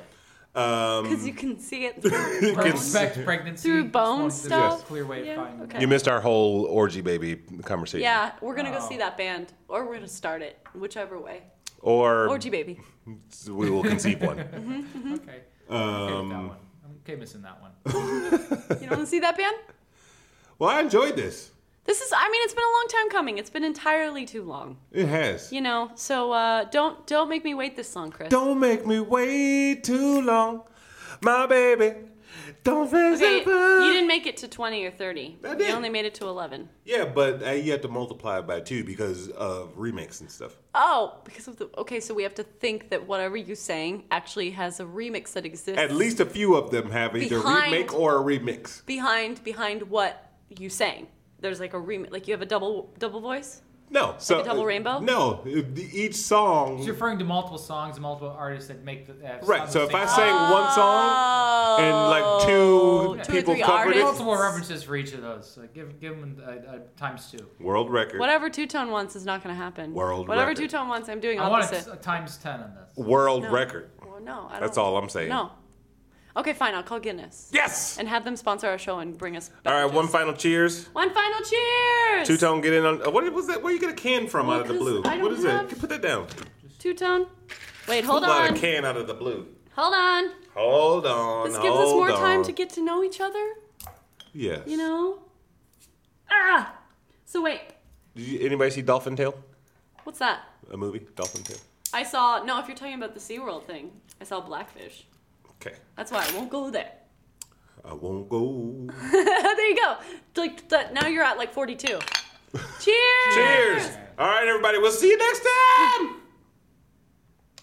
Speaker 1: Um,
Speaker 2: Because you can see it through,
Speaker 1: you can-
Speaker 3: Respect pregnancy
Speaker 2: through
Speaker 3: just
Speaker 2: bone
Speaker 3: wants to be a
Speaker 2: stuff.
Speaker 3: Clear way
Speaker 2: yeah.
Speaker 3: to find.
Speaker 2: okay.
Speaker 1: you missed our whole orgy baby conversation.
Speaker 2: Yeah, we're gonna go
Speaker 3: Oh.
Speaker 2: see that band, or we're gonna start it, whichever way.
Speaker 1: Or
Speaker 2: Orgy baby.
Speaker 1: we will conceive one.
Speaker 2: Mm-hmm.
Speaker 3: Okay. I'm okay with that
Speaker 1: Um,
Speaker 3: one. I'm okay missing that one.
Speaker 2: You don't wanna see that band?
Speaker 1: Well, I enjoyed this.
Speaker 2: This is, I mean, it's been a long time coming. It's been entirely too long,
Speaker 1: It has.
Speaker 2: you know. So uh, don't don't make me wait this long, Chris.
Speaker 1: Don't make me wait too long, my baby. Don't mess
Speaker 2: Okay,
Speaker 1: it up.
Speaker 2: you didn't make it to twenty or thirty.
Speaker 1: I
Speaker 2: You
Speaker 1: did.
Speaker 2: only made it to eleven.
Speaker 1: Yeah, but uh, you have to multiply it by two because of remix and stuff.
Speaker 2: Oh, because of the okay. So we have to think that whatever you're saying actually has a remix that exists
Speaker 1: At least a few of them have either
Speaker 2: Behind-
Speaker 1: remake or a remix.
Speaker 2: behind behind what you sang. There's like a remix, like you have a double double voice.
Speaker 1: No, so
Speaker 2: a double rainbow?
Speaker 1: No, each song.
Speaker 3: It's referring to multiple songs and multiple artists that make the that have
Speaker 1: Right. So
Speaker 3: sung
Speaker 1: if
Speaker 3: the
Speaker 1: I
Speaker 3: same
Speaker 1: sang
Speaker 2: Ah,
Speaker 3: song.
Speaker 1: one song, and, like, two
Speaker 2: or
Speaker 1: people
Speaker 2: three
Speaker 1: covered it.
Speaker 2: artists.
Speaker 3: multiple references for each of those, so give give them a, a times two.
Speaker 1: world record,
Speaker 2: Whatever two tone wants is not going to happen.
Speaker 1: World
Speaker 2: Whatever
Speaker 1: record.
Speaker 2: two tone wants, I'm doing
Speaker 3: I want a,
Speaker 2: opposite.
Speaker 3: t- a times ten on this.
Speaker 1: world
Speaker 2: No.
Speaker 1: record.
Speaker 2: Well, no, I don't.
Speaker 1: That's all I'm saying.
Speaker 2: No. Okay, fine. I'll call Guinness
Speaker 1: Yes.
Speaker 2: and have them sponsor our show and bring us.
Speaker 1: All right.
Speaker 2: beverages.
Speaker 1: One final cheers.
Speaker 2: One final cheers.
Speaker 1: Two tone, get in on. uh, What was that? Where you get a can from
Speaker 2: Well,
Speaker 1: out of the
Speaker 2: 'cause
Speaker 1: blue?
Speaker 2: I
Speaker 1: What
Speaker 2: don't
Speaker 1: is
Speaker 2: have-
Speaker 1: that? Put that down.
Speaker 2: Two tone. Wait, hold
Speaker 1: Pull out
Speaker 2: on.
Speaker 1: a can out of the blue.
Speaker 2: Hold on.
Speaker 1: Hold on.
Speaker 2: This gives us more
Speaker 1: hold
Speaker 2: time
Speaker 1: on.
Speaker 2: to get to know each other.
Speaker 1: Yes.
Speaker 2: You know. Ah. So wait,
Speaker 1: Did you, anybody see Dolphin Tale?
Speaker 2: what's that?
Speaker 1: A movie, Dolphin Tale.
Speaker 2: I saw. No, if you're talking about the SeaWorld thing, I saw Blackfish.
Speaker 1: Okay.
Speaker 2: That's why I won't go there.
Speaker 1: I won't go.
Speaker 2: there you go. Like that, now you're at like 42. Cheers.
Speaker 1: Cheers. All right, everybody. We'll see you next time.